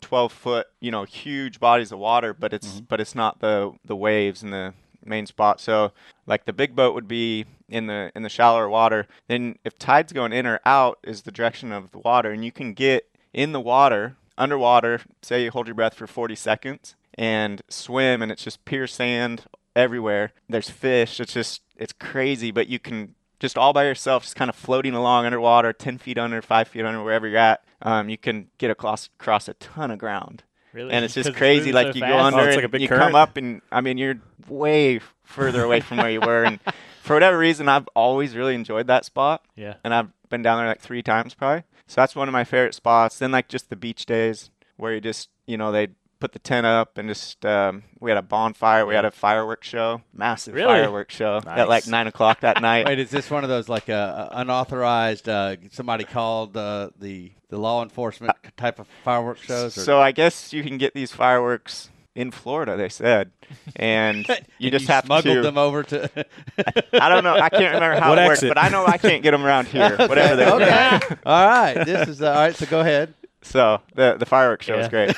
12 foot, you know, huge bodies of water, but it's but it's not the the waves and the main spot. So like the big boat would be in the in the shallower water. Then if tide's going in or out is the direction of the water, and you can get in the water underwater. Say you hold your breath for 40 seconds and swim, and it's just pure sand everywhere. There's fish. It's just it's crazy, but you can just all by yourself, just kind of floating along underwater, 10 feet under, five feet under, wherever you're at. Um, you can get across across a ton of ground. Really? And it's just Because it's crazy. moving Like so you go fast? under, Oh, it's like a and big you current. come up, and I mean you're way further away from where you were. And for whatever reason, I've always really enjoyed that spot Yeah. and I've been down there like three times probably. So that's one of my favorite spots. Then like just the beach days where you just you know they put the tent up and just um, we had a bonfire, we had a fireworks show, massive Really? fireworks show at like Nice. nine o'clock that night. Wait, is this one of those like uh, unauthorized? Uh, somebody called uh, the the law enforcement type of fireworks shows? Or? Uh, So I guess you can get these fireworks in Florida, they said, and you And just have smuggled to. them over to. I don't know. I can't remember how What it works, exit? but I know I can't get them around here. Whatever they were. okay. all right. This is uh, all right. So go ahead. So the the fireworks show Yeah. was great.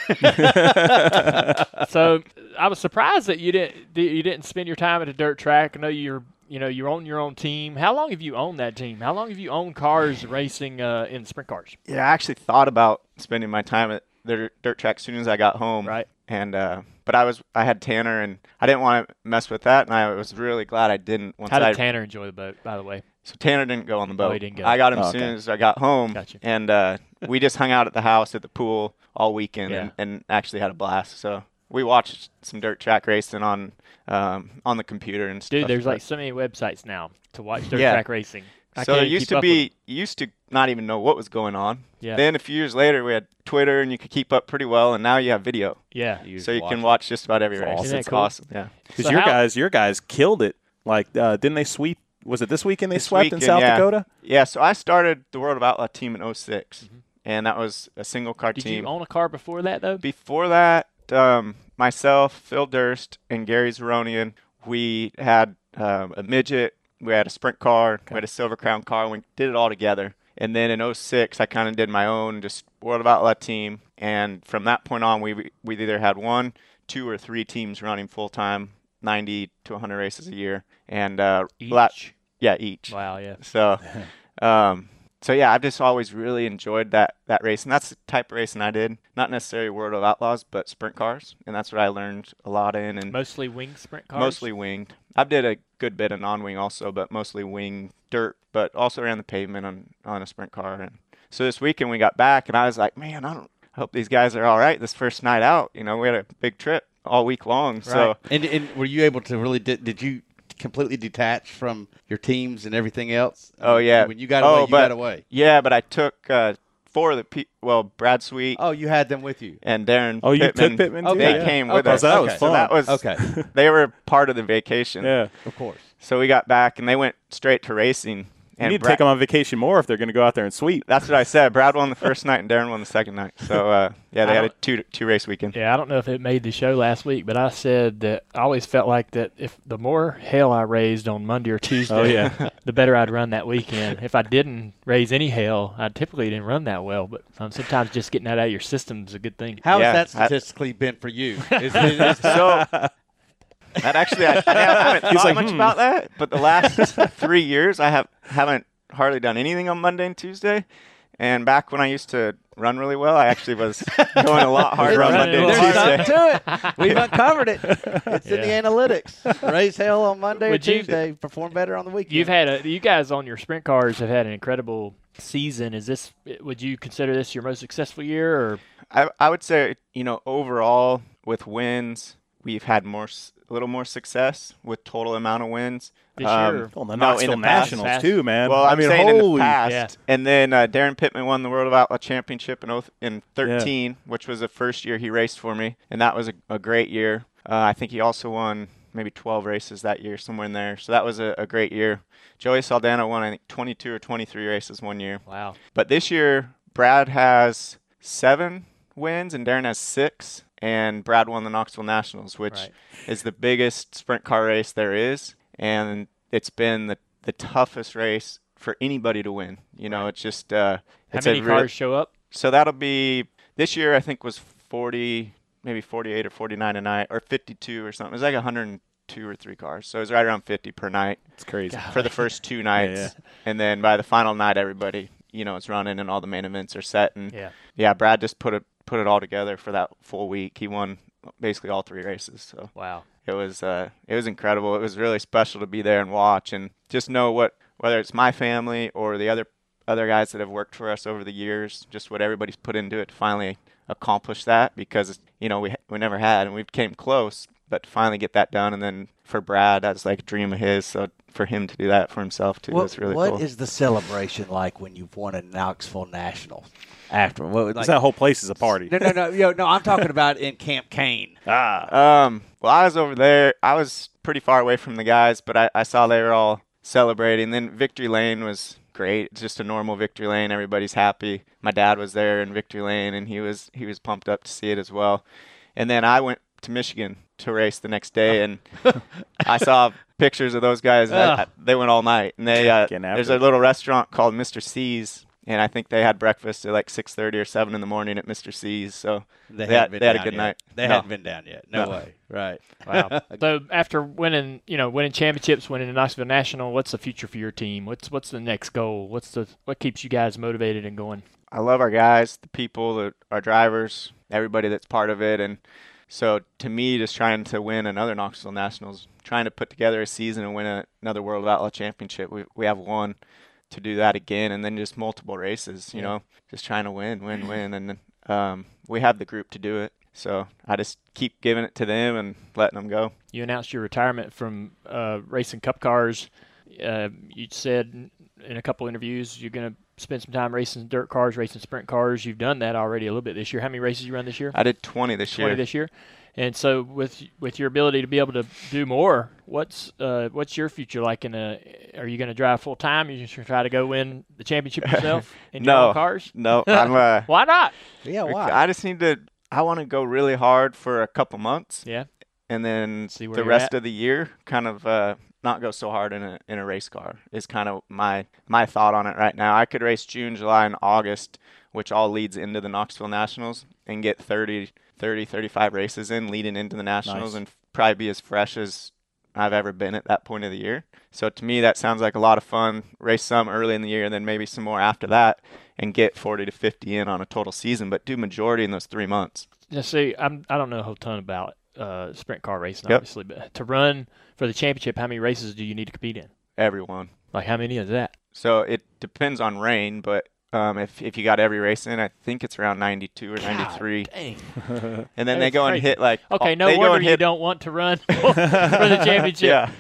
so I was surprised that you didn't that you didn't spend your time at a dirt track. I know you're you know you're on your own team. How long have you owned that team? How long have you owned cars racing uh, in sprint cars? Yeah, I actually thought about spending my time at the dirt track as soon as I got home. Right. And uh, but I was I had Tanner and I didn't want to mess with that, and I was really glad I didn't. Once How I, did Tanner enjoy the boat, by the way? so Tanner didn't go on the boat. he didn't go. I got him Oh, as soon okay. as I got home. Gotcha. And uh, we just hung out at the house at the pool all weekend Yeah. and, and actually had a blast. So we watched some dirt track racing on um, on the computer and stuff. Dude, there's but- like so many websites now to watch dirt Yeah. track racing. I so there can't used keep to up with be you used to not even know what was going on. Yeah. Then a few years later we had Twitter and you could keep up pretty well and now you have video. it. yeah. so you can watch just about every It's race. awesome. Isn't that It's cool? awesome. Yeah. Because So your how- guys, your guys killed it. Like, uh, didn't they sweep? Was it this weekend they This swept weekend, in South yeah. Dakota? Yeah, so I started the World of Outlaw team in 6 and that was a single car Mm-hmm. Did team. you own a car before that though? Before that, um, myself, Phil Durst, and Gary Zeronian, we had um, a midget, we had a sprint car, we had a Silver Crown car, and we did it all together. And then in 06, I kind of did my own just World of Outlaw team. And from that point on, we we either had one, two, or three teams running full time, 90 to 100 races a year. And uh, la- Each? yeah, each. Wow, yeah. So, um, so yeah, I've just always really enjoyed that that race, and that's the type of racing I did. Not necessarily World of Outlaws, but sprint cars, and that's what I learned a lot in, and Mostly wing sprint cars. mostly winged. I've did a good bit of non-wing also, but mostly wing dirt, but also around the pavement on on a sprint car. And so this weekend we got back, and I was like, man, I don't. I hope these guys are all right this first night out. You know, we had a big trip all week long, so. And, and were you able to really did, did you completely detach from your teams and everything else? Oh yeah. When you got oh, away, you but, got away. Yeah, but I took uh, four of the pe- well, Brad Sweet Oh, you had them with you. and Darren. Oh, you took Pittman, Pittman too? They Okay. came Yeah. with Okay. us. Oh, so that was So fun. that was Okay. They were part of the vacation. Yeah. Of course. So we got back and they went straight to racing. You And need to Brad- take them on vacation more if they're going to go out there and sweep. That's what I said. Brad won the first night and Darren won the second night. So uh, yeah, they I had a don't- two two race weekend. Yeah, I don't know if it made the show last week, but I said that I always felt like that if the more hell I raised on Monday or Tuesday, Oh, yeah. the better I'd run that weekend. If I didn't raise any hell, I typically didn't run that well, but um, sometimes just getting that out of your system is a good thing. How Yeah, has that I- statistically been for you? Is it- is- So that actually, I, I haven't thought like, much "Hmm." about that. But the last three years, I have haven't hardly done anything on Monday and Tuesday. And back when I used to run really well, I actually was going a lot harder on running Monday a and lot there's Tuesday. something to it. We've uncovered it. It's Yeah. in the analytics. Raise hell on Monday or Would you- Tuesday. perform better on the weekend. You've had a, you guys on your sprint cars have had an incredible season. Is this would you consider this your most successful year or I, I would say, you know, overall with wins, we've had more s- a little more success with total amount of wins this Um, year? Well, the no, in Knoxville the past- Nationals past- too, man. Well, I I'm mean, saying holy, in the past, Yeah. and then uh, Darren Pittman won the World of Outlaw Championship in, oth- in 13, which was the first year he raced for me, and that was a, a great year. Uh, I think he also won maybe 12 races that year, somewhere in there. So that was a, a great year. Joey Saldana won I think 22 or 23 races one year. Wow. But this year, Brad has seven wins and Darren has six. And Brad won the Knoxville Nationals, which Right. is the biggest sprint car race there is. And it's been the, the toughest race for anybody to win. You know, it's just. Uh, How it's a many real- cars show up? so that'll be this year. I think was forty, maybe forty-eight or forty-nine a night, or fifty-two or something. It was like hundred and two or three cars. So it was right around fifty per night it's crazy. for the first two nights, yeah. and then by the final night, everybody you know is running and all the main events are set. And Yeah. yeah, Brad just put it put it all together for that full week. He won basically all three races. So Wow. it was uh, it was incredible. It was really special to be there and watch and just know what whether it's my family or the other other guys that have worked for us over the years, just what everybody's put into it to finally accomplish that because you know we we never had and we came close, but to finally get that done and then for Brad that's like a dream of his. So for him to do that for himself too was really what cool. is the celebration like when you've won a Knoxville National? After what? Like, It's that whole place is a party. no, no, no, yo, no. I'm talking about in Camp Kane. Ah, Um, well, I was over there. I was pretty far away from the guys, but I, I saw they were all celebrating. Then Victory Lane was great. It's just a normal Victory Lane. Everybody's happy. My dad was there in Victory Lane, and he was he was pumped up to see it as well. And then I went to Michigan to race the next day, and I saw pictures of those guys. and I- I- they went all night, and they uh, Getting there's after a it. little restaurant called Mr. C's. And I think they had breakfast at like 6:30 or 7 in the morning at Mr. C's. So they, had, they had a down good yet. night. They No. hadn't been down yet. No, No. way. Right. Wow. so after winning, you know, winning championships, winning the Knoxville National, what's the future for your team? What's what's the next goal? What's the what keeps you guys motivated and going? I love our guys, the people, the, our drivers, everybody that's part of it, and So to me, just trying to win another Knoxville Nationals, trying to put together a season and win a, another World Outlaw Championship, we we have one to do that again, and then just multiple races. You know, just trying to win, win, win, and um, we have the group to do it. So I just keep giving it to them and letting them go. You announced your retirement from uh, racing cup cars. Uh, you said in a couple interviews you're going to spend some time racing dirt cars, racing sprint cars. You've done that already a little bit this year. How many races you run this year? I did 20 this year. Twenty this year. And so with with your ability to be able to do more, what's uh, what's your future like? In a, are you going to drive full time? You just gonna try to go win the championship yourself in your no own cars? No, I'm uh, Why not? Yeah, why? I just need to. I want to go really hard for a couple months, Yeah. and then See where the you're rest at. of the year, kind of uh, not go so hard in a in a race car is kind of my my thought on it right now. I could race June, July, and August, which all leads into the Knoxville Nationals, and get 30, 30 35 races in leading into the Nationals, and probably be as fresh as I've ever been at that point of the year. So to me, that sounds like a lot of fun. Race some early in the year, and then maybe some more after that, and get 40 to 50 in on a total season, but do majority in those three months. Now, see, I'm I don't know a whole ton about uh, sprint car racing, Yep. obviously, but to run for the championship, how many races do you need to compete in? Everyone. Like, how many is that? So it depends on rain, but um, if if you got every race in, I think it's around 92 or 93, God dang. and then that they is go and crazy. hit like Okay, all- no they go wonder and you hit, don't want to run for the championship. yeah,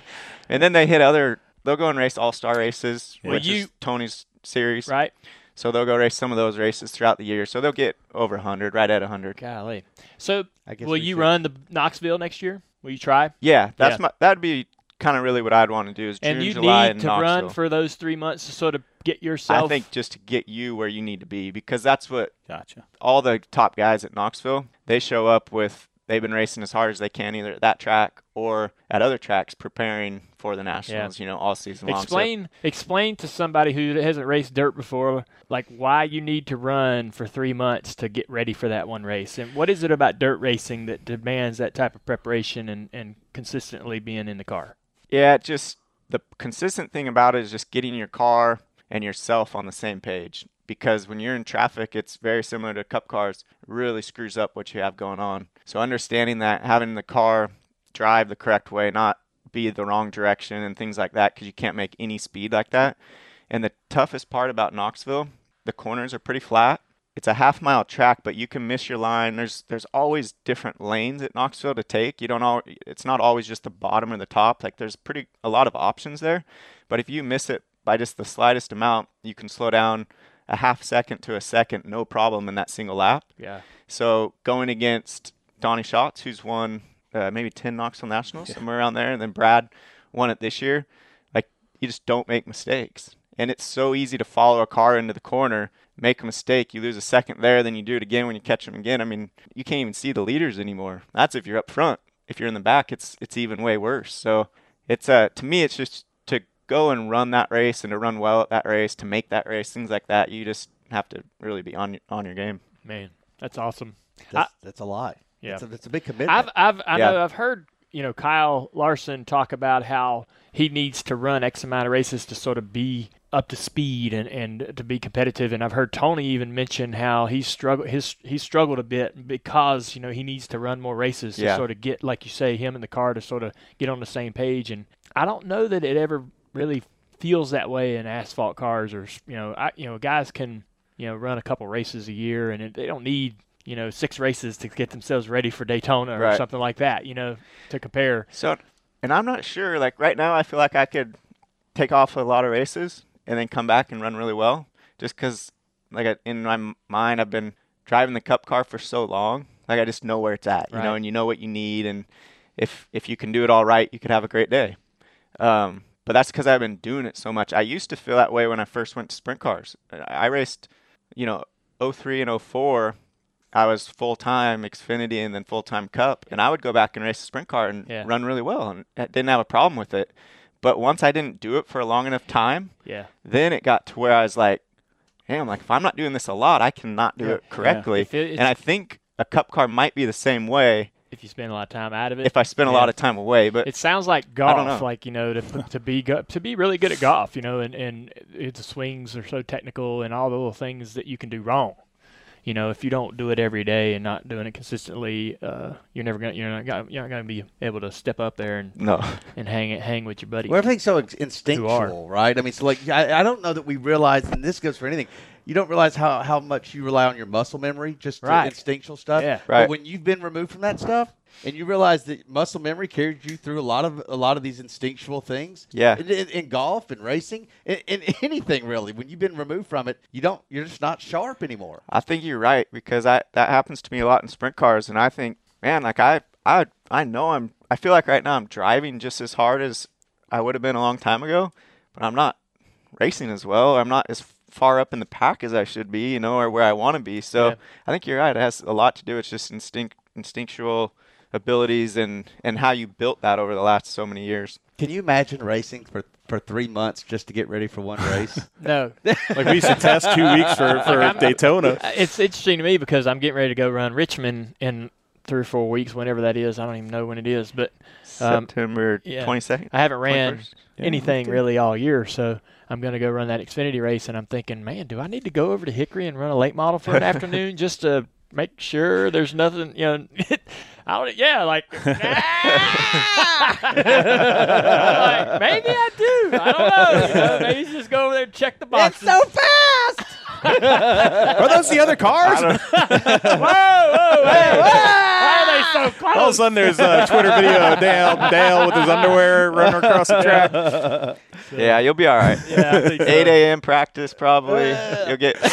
and then they hit other. They'll go and race all star races, Well, which you- is Tony's series. Right? So they'll go race some of those races throughout the year. So they'll get over 100, right at 100. Golly. So, I guess will we you should- run the Knoxville next year? Will you try? Yeah, that's Yeah. my that'd be kind of really what I'd want to do is and June, you July, need and to Knoxville. run for those three months to sort of get yourself. I think just to get you where you need to be because that's what Gotcha. all the top guys at Knoxville, they show up with they've been racing as hard as they can either at that track or at other tracks preparing for the nationals, you know, all season long. So Explain explain to somebody who hasn't raced dirt before, like why you need to run for three months to get ready for that one race, and what is it about dirt racing that demands that type of preparation and, and consistently being in the car? Yeah, it just the consistent thing about it is just getting your car and yourself on the same page. Because when you're in traffic, it's very similar to cup cars, really screws up what you have going on. So understanding that, having the car drive the correct way, not be the wrong direction and things like that, because you can't make any speed like that. And the toughest part about Knoxville, the corners are pretty flat. It's a half mile track, but you can miss your line. There's there's always different lanes at Knoxville to take. You don't all it's not always just the bottom or the top. Like there's pretty a lot of options there. But if you miss it by just the slightest amount, you can slow down a half second to a second, no problem in that single lap. Yeah, So going against Donnie Schatz, who's won uh, maybe 10 Knoxville Nationals, somewhere around there, and then Brad won it this year. Like, you just don't make mistakes. And it's so easy to follow a car into the corner, make a mistake, you lose a second there, then you do it again when you catch them again. I mean, you can't even see the leaders anymore. That's if you're up front. If you're in the back, it's it's even way worse. So it's uh to me, it's just to go and run that race and to run well at that race, to make that race, things like that. You just have to really be on your, on your game. man, that's awesome. That's, that's a lot. Yeah. That's a, that's a big commitment. I've, I've, I Yeah. know I've heard you know Kyle Larson talk about how he needs to run X amount of races to sort of be up to speed and, and to be competitive. And I've heard Tony even mention how he struggled his he struggled a bit because you know he needs to run more races to Yeah. sort of get like you say him and the car to sort of get on the same page. And I don't know that it ever really feels that way in asphalt cars or you know I you know guys can you know run a couple races a year and it, they don't need you know six races to get themselves ready for Daytona or Right. something like that you know to compare So, and I'm not sure. Like right now, I feel like I could take off a lot of races and then come back and run really well, just because, like, I, in my m- mind, I've been driving the Cup car for so long. Like I just know where it's at, you know, Right. and you know what you need, and if if you can do it all right, you could have a great day. Um, but that's because I've been doing it so much. I used to feel that way when I first went to sprint cars. I I raced, you know, 03 and 04. I was full time Xfinity and then full time Cup, and I would go back and race the sprint car and Yeah. run really well, and I didn't have a problem with it. But once I didn't do it for a long enough time, yeah then it got to where I was like, damn, like if I'm not doing this a lot, I cannot do it correctly. If it- and I think a Cup car might be the same way if you spend a lot of time out of it if I spend a Yeah. lot of time away. But It sounds like don't golf, know. like you know, to to be go, to be really good at golf, you know, and and it, the swings are so technical and all the little things that you can do wrong. you know, if you don't do it every day and not doing it consistently, uh, you're never gonna you're not gonna, you're not gonna be able to step up there and, No. and hang it hang with your buddies. Well, everything's so inst- instinctual, right? I mean, so like, I, I don't know that we realize, and this goes for anything. You don't realize how, how much you rely on your muscle memory, just to Right. instinctual stuff. Yeah. Right. But when you've been removed from that stuff, and you realize that muscle memory carried you through a lot of a lot of these instinctual things. Yeah. In, in, in golf and racing, in, in anything really, when you've been removed from it, you don't. You're just not sharp anymore. I think you're right because I that happens to me a lot in sprint cars, and I think, man, like I I I know I'm I feel like right now I'm driving just as hard as I would have been a long time ago, but I'm not racing as well. I'm not as far up in the pack as I should be, you know, or where I want to be. So Yeah. I think you're right. It has a lot to do. It's just instinct instinctual abilities and and how you built that over the last so many years. Can you imagine racing for for three months just to get ready for one race? no, Uh, Like we used to test two weeks for, for Daytona. it's interesting to me because I'm getting ready to go run Richmond in three or four weeks, whenever that is. I don't even know when it is, but um, September yeah. 22nd. I haven't ran 21st? anything really all year, so I'm going to go run that Xfinity race. And I'm thinking, man, do I need to go over to Hickory and run a late model for an afternoon just to make sure there's nothing, you know? I don't, yeah, like, like, maybe I do. I don't know. You know, maybe just go over there and check the boxes. fast! Are those the other cars? whoa, whoa, hey, Why are they so close? All of a sudden, there's a Twitter video of Dale, Dale with his underwear running across the track. Yeah, you'll be all right. Yeah, I think so. 8 a.m. practice probably. You'll get three,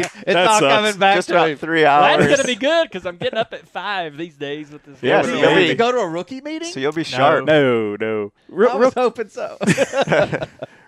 It's not Uh, sucks. coming back just to about him. three Well, hours. that's gonna be good because I'm getting up at five these days with this. Yeah, weather. so You you'll have be- to go to a rookie meeting? so you'll be sharp. No, no. I Real, real, was hoping so.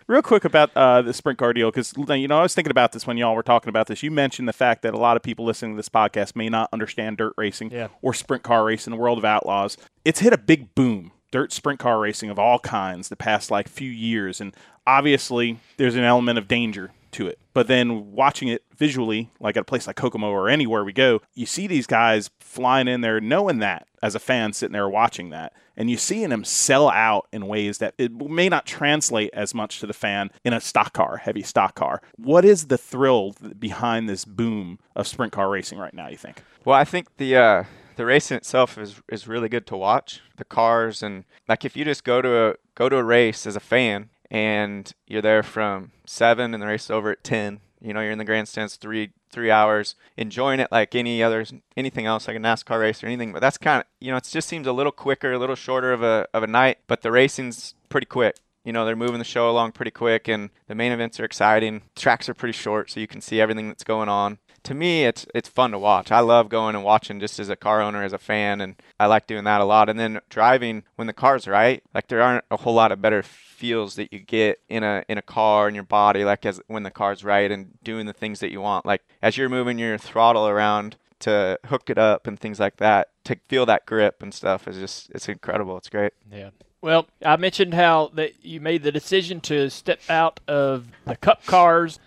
real quick about uh, the sprint car deal, because you know I was thinking about this when y'all were talking about this. You mentioned the fact that a lot of people listening to this podcast may not understand dirt racing Yeah. or sprint car racing, the world of outlaws. It's hit a big boom, dirt sprint car racing of all kinds, the past like few years, and obviously there's an element of danger to it. But then watching it visually, like at a place like Kokomo or anywhere we go, you see these guys flying in there knowing that as a fan sitting there watching that. And you're seeing them sell out in ways that it may not translate as much to the fan in a stock car, heavy stock car. What is the thrill behind this boom of sprint car racing right now, you think? Well, I think the uh, the race in itself is is really good to watch. The cars and like if you just go to a go to a race as a fan and you're there from seven and the race is over at ten. You know, you're in the grandstands three three hours, enjoying it like any others anything else, like a NASCAR race or anything. But that's kind of you know, it just seems a little quicker, a little shorter of a of a night. But the racing's pretty quick. you know they're moving the show along pretty quick and the main events are exciting tracks are pretty short so you can see everything that's going on to me it's it's fun to watch i love going and watching just as a car owner as a fan and i like doing that a lot and then driving when the car's right like there aren't a whole lot of better feels that you get in a in a car in your body like as when the car's right and doing the things that you want like as you're moving your throttle around to hook it up and things like that to feel that grip and stuff is just it's incredible it's great Yeah. Well, I mentioned how that you made the decision to step out of the cup cars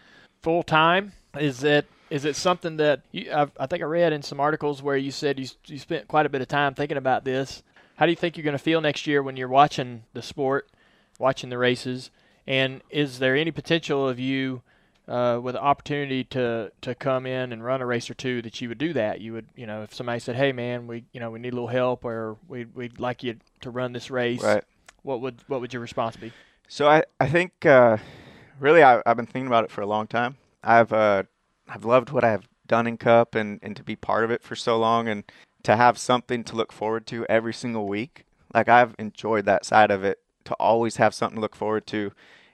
full time. Is it is it something that you, I, I think I read in some articles where you said you s- you spent quite a bit of time thinking about this. How do you think you're going to feel next year when you're watching the sport, watching the races, and is there any potential of you uh, with the opportunity to to come in and run a race or two that you would do that you would you know if somebody said hey man we you know we need a little help or we we'd like you to run this race Right. what would what would your response be So I, I think uh, really I, I've been thinking about it for a long time. I've uh, I've loved what I've done in Cup and, and to be part of it for so long and to have something to look forward to every single week. Like I've enjoyed that side of it to always have something to look forward to.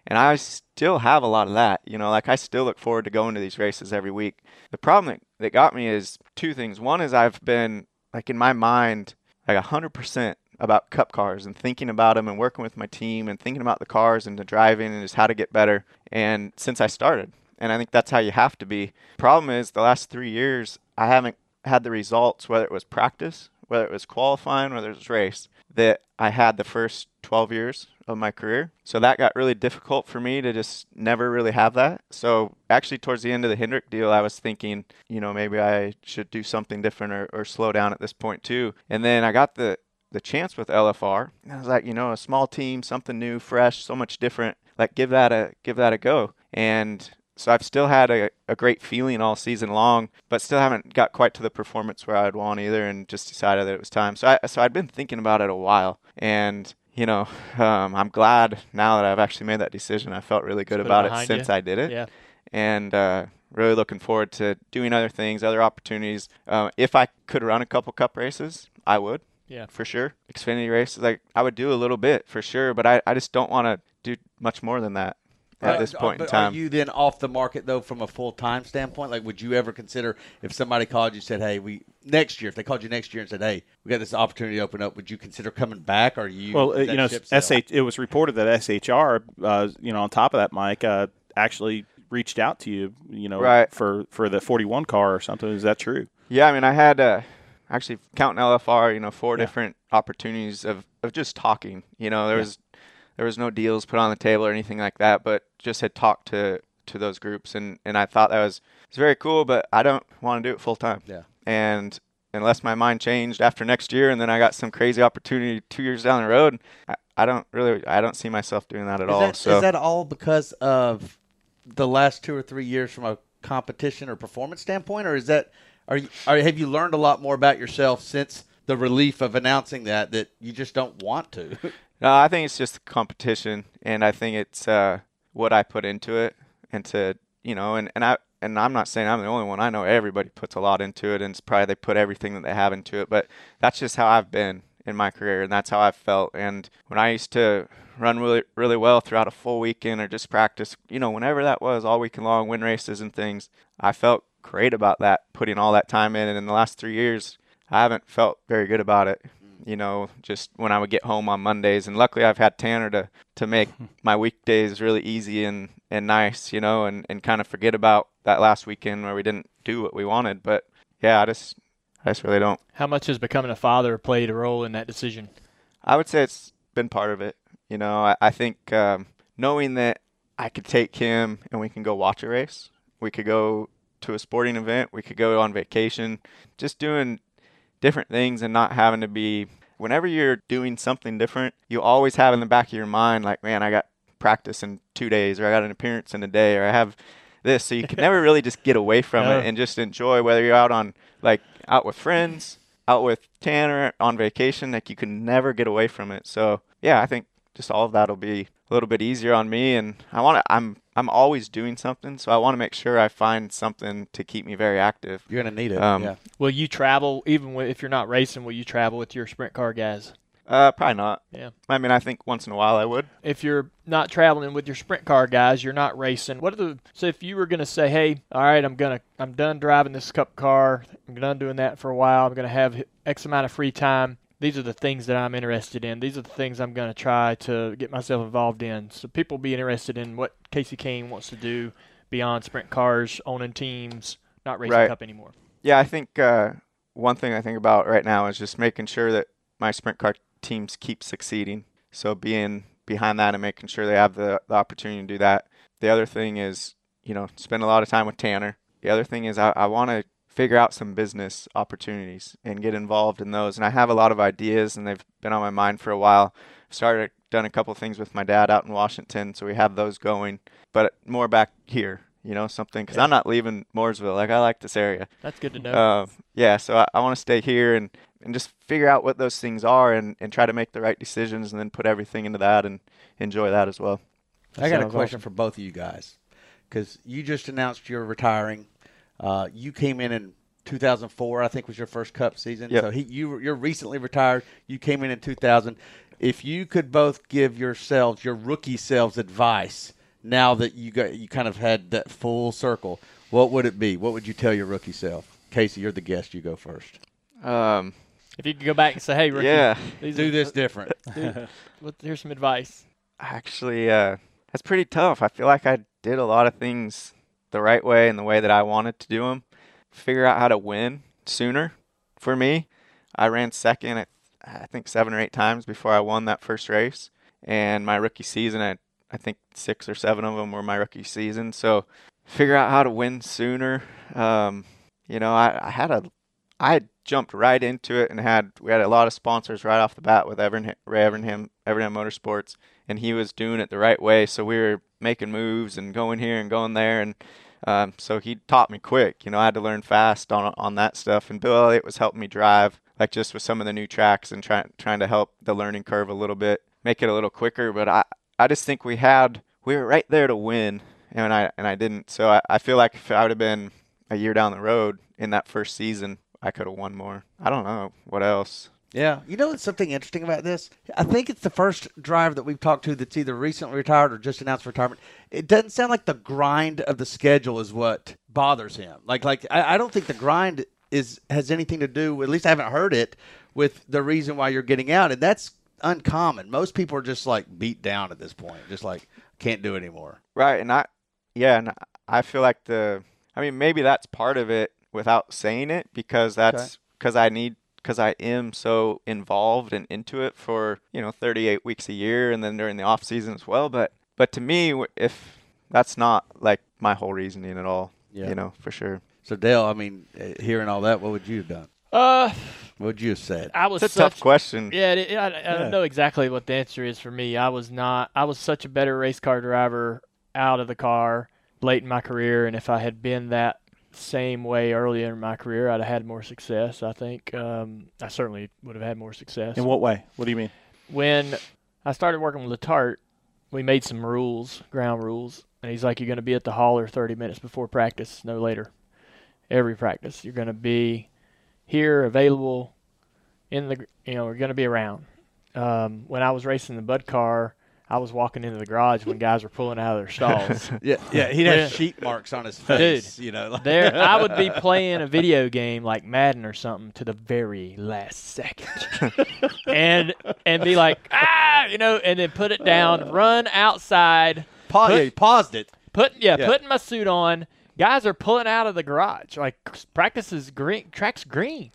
And I still have a lot of that, you know, like I still look forward to going to these races every week. The problem that, that got me is two things. One is I've been like in my mind like 100% about cup cars and thinking about them and working with my team and thinking about the cars and the driving and just how to get better. And since I started, and I think that's how you have to be. Problem is, the last three years, I haven't had the results, whether it was practice, whether it was qualifying, whether it was race, that I had the first 12 years of my career. So that got really difficult for me to just never really have that. So actually, towards the end of the Hendrick deal, I was thinking, you know, maybe I should do something different or, or slow down at this point too. And then I got the the chance with LFR. And I was like, you know, a small team, something new, fresh, so much different. Like give that a give that a go. And So I've still had a, a great feeling all season long, but still haven't got quite to the performance where I'd want either, and just decided that it was time. So I so I'd been thinking about it a while, and you know um, I'm glad now that I've actually made that decision. I felt really good put it about it behind since you. I did it Yeah. and uh, really looking forward to doing other things, other opportunities. Uh, if I could run a couple cup races, I would. Yeah. for sure. Xfinity races, like I would do a little bit for sure, but I, I just don't want to do much more than that at Uh, this uh, point in but time. Are you then off the market though from a full time standpoint? Like, would you ever consider if somebody called you said, "Hey, we next year," if they called you next year and said, "Hey, we got this opportunity to open up," would you consider coming back? Or are you? Well, uh, is that you know, ship sailed? SH, it was reported that SHR, uh, you know, on top of that, Mike uh, actually reached out to you, you know, Right. for for the 41 car or something. Is that true? Yeah, I mean, I had uh, actually counting LFR, you know, four different opportunities of, of just talking. You know, there was there was no deals put on the table or anything like that, but just had talked to to those groups, and and I thought that was it's very cool, but I don't want to do it full time. Yeah. and unless my mind changed after next year, and then I got some crazy opportunity two years down the road, I, I don't really I don't see myself doing that at Is all. that, is so that all because of the last two or three years from a competition or performance standpoint, or is that are you are, have you learned a lot more about yourself since the relief of announcing that that you just don't want to? No, I think it's just competition, and I think it's uh, what I put into it, and to you know, and, and I and I'm not saying I'm the only one. I know everybody puts a lot into it, and it's probably they put everything that they have into it. But that's just how I've been in my career, and that's how I've felt. And when I used to run really really well throughout a full weekend or just practice, you know, whenever that was, all weekend long, win races and things, I felt great about that, putting all that time in. And in the last three years, I haven't felt very good about it. You know, just when I would get home on Mondays, and luckily I've had Tanner to to make my weekdays really easy and and nice. You know, and and kind of forget about that last weekend where we didn't do what we wanted. But yeah, I just I just really don't. How much has becoming a father played a role in that decision? I would say it's been part of it. You know, I, I think um, knowing that I could take him and we can go watch a race, we could go to a sporting event, we could go on vacation, just doing different things and not having to be. Whenever you're doing something different, you always have in the back of your mind, like, man, I got practice in two days, or I got an appearance in a day, or I have this. So you can never really just get away from No. it and just enjoy whether you're out on, like, out with friends, out with Tanner, on vacation. Like, you can never get away from it. So, yeah, I think just all of that will be a little bit easier on me and I want to I'm I'm always doing something so I want to make sure I find something to keep me very active. You're gonna need it. Um, yeah. Will you travel even wi- if you're not racing? Will you travel with your sprint car guys? Uh probably not. Yeah. I mean I think once in a while I would. If you're not traveling with your sprint car guys, you're not racing. What are the so if you were gonna say, hey, all right, I'm gonna I'm done driving this cup car. I'm done doing that for a while. I'm gonna have X amount of free time. These are the things that I'm interested in. These are the things I'm gonna try to get myself involved in. So people be interested in what Casey Kane wants to do beyond sprint cars, owning teams, not racing Right. cup anymore. Yeah, I think uh, one thing I think about right now is just making sure that my sprint car teams keep succeeding. So being behind that and making sure they have the, the opportunity to do that. The other thing is, you know, spend a lot of time with Tanner. The other thing is I, I want to figure out some business opportunities and get involved in those. And I have a lot of ideas and they've been on my mind for a while. Started done a couple things with my dad out in Washington, so we have those going. But more back here, you know, something because I'm not leaving Mooresville. Like I like this area. That's good to know. Uh, yeah, so I, I want to stay here and, and just figure out what those things are and, and try to make the right decisions and then put everything into that and enjoy that as well. That I got a sounds question for both of you guys because you just announced you're retiring. Uh, you came in in 2004, I think, was your first Cup season. Yep. So he, you, you're recently retired. You came in in 2000. If you could both give yourselves, your rookie selves, advice now that you got you kind of had that full circle, what would it be? What would you tell your rookie self? Casey, you're the guest. You go first. Um, if you could go back and say, hey, Ricky, yeah, these Do are- this different. Let- here's some advice. actually, uh, that's pretty tough. I feel like I did a lot of things the right way and the way that I wanted to do them. Figure out how to win sooner for me. I ran second, I, I think, seven or eight times before I won that first race. And my rookie season, I, I think six or seven of them were my rookie season. So figure out how to win sooner. Um, you know, I, I had a I jumped right into it and had we had a lot of sponsors right off the bat with Evernham, Ray Evernham, Evernham Motorsports, and he was doing it the right way. So we were making moves and going here and going there, and um, so he taught me quick. You know, I had to learn fast on on that stuff. And Bill Elliott was helping me drive like just with some of the new tracks and trying trying to help the learning curve a little bit, make it a little quicker. But I I just think we had we were right there to win, and I and I didn't. So I, I feel like if I would have been a year down the road in that first season, I could have won more. I don't know what else. Yeah. You know, it's something interesting about this. I think it's the first driver that we've talked to that's either recently retired or just announced retirement. It doesn't sound like the grind of the schedule is what bothers him. Like, like I, I don't think the grind is has anything to do. At least I haven't heard it with the reason why you're getting out, and that's uncommon. Most people are just like beat down at this point, just like can't do it anymore. Right, and I, yeah, and I feel like the, I mean, maybe that's part of it without saying it because that's because I need because I am so involved and into it for you know 38 weeks a year and then during the off season as well. But but to me, w- if that's not like my whole reasoning at all, Yeah. you know for sure. So Dale, I mean, eh, hearing all that, what would you have done? Uh, What would you have said? I was It's a such, tough question. Yeah, it, I, I don't know exactly what the answer is for me. I was not. I was such a better race car driver out of the car late in my career, and if I had been that same way earlier in my career, I'd have had more success. I think um, I certainly would have had more success. In what way? What do you mean? when I started working with Latarte, we made some rules, ground rules, and he's like, "You're going to be at the hauler 30 minutes before practice, no later. Every practice, you're going to be here, available, in the, gr- you know, you're going to be around." Um, when I was racing the Bud car, I was walking into the garage when guys were pulling out of their stalls. Yeah, yeah, he'd have Yeah. sheet marks on his face. You know, like, There, I would be playing a video game like Madden or something to the very last second, and and be like, ah, you know, and then put it down, run outside, pa- yeah, he paused it. put yeah, Yeah. putting my suit on. Guys are pulling out of the garage. Like practice is green, track's green.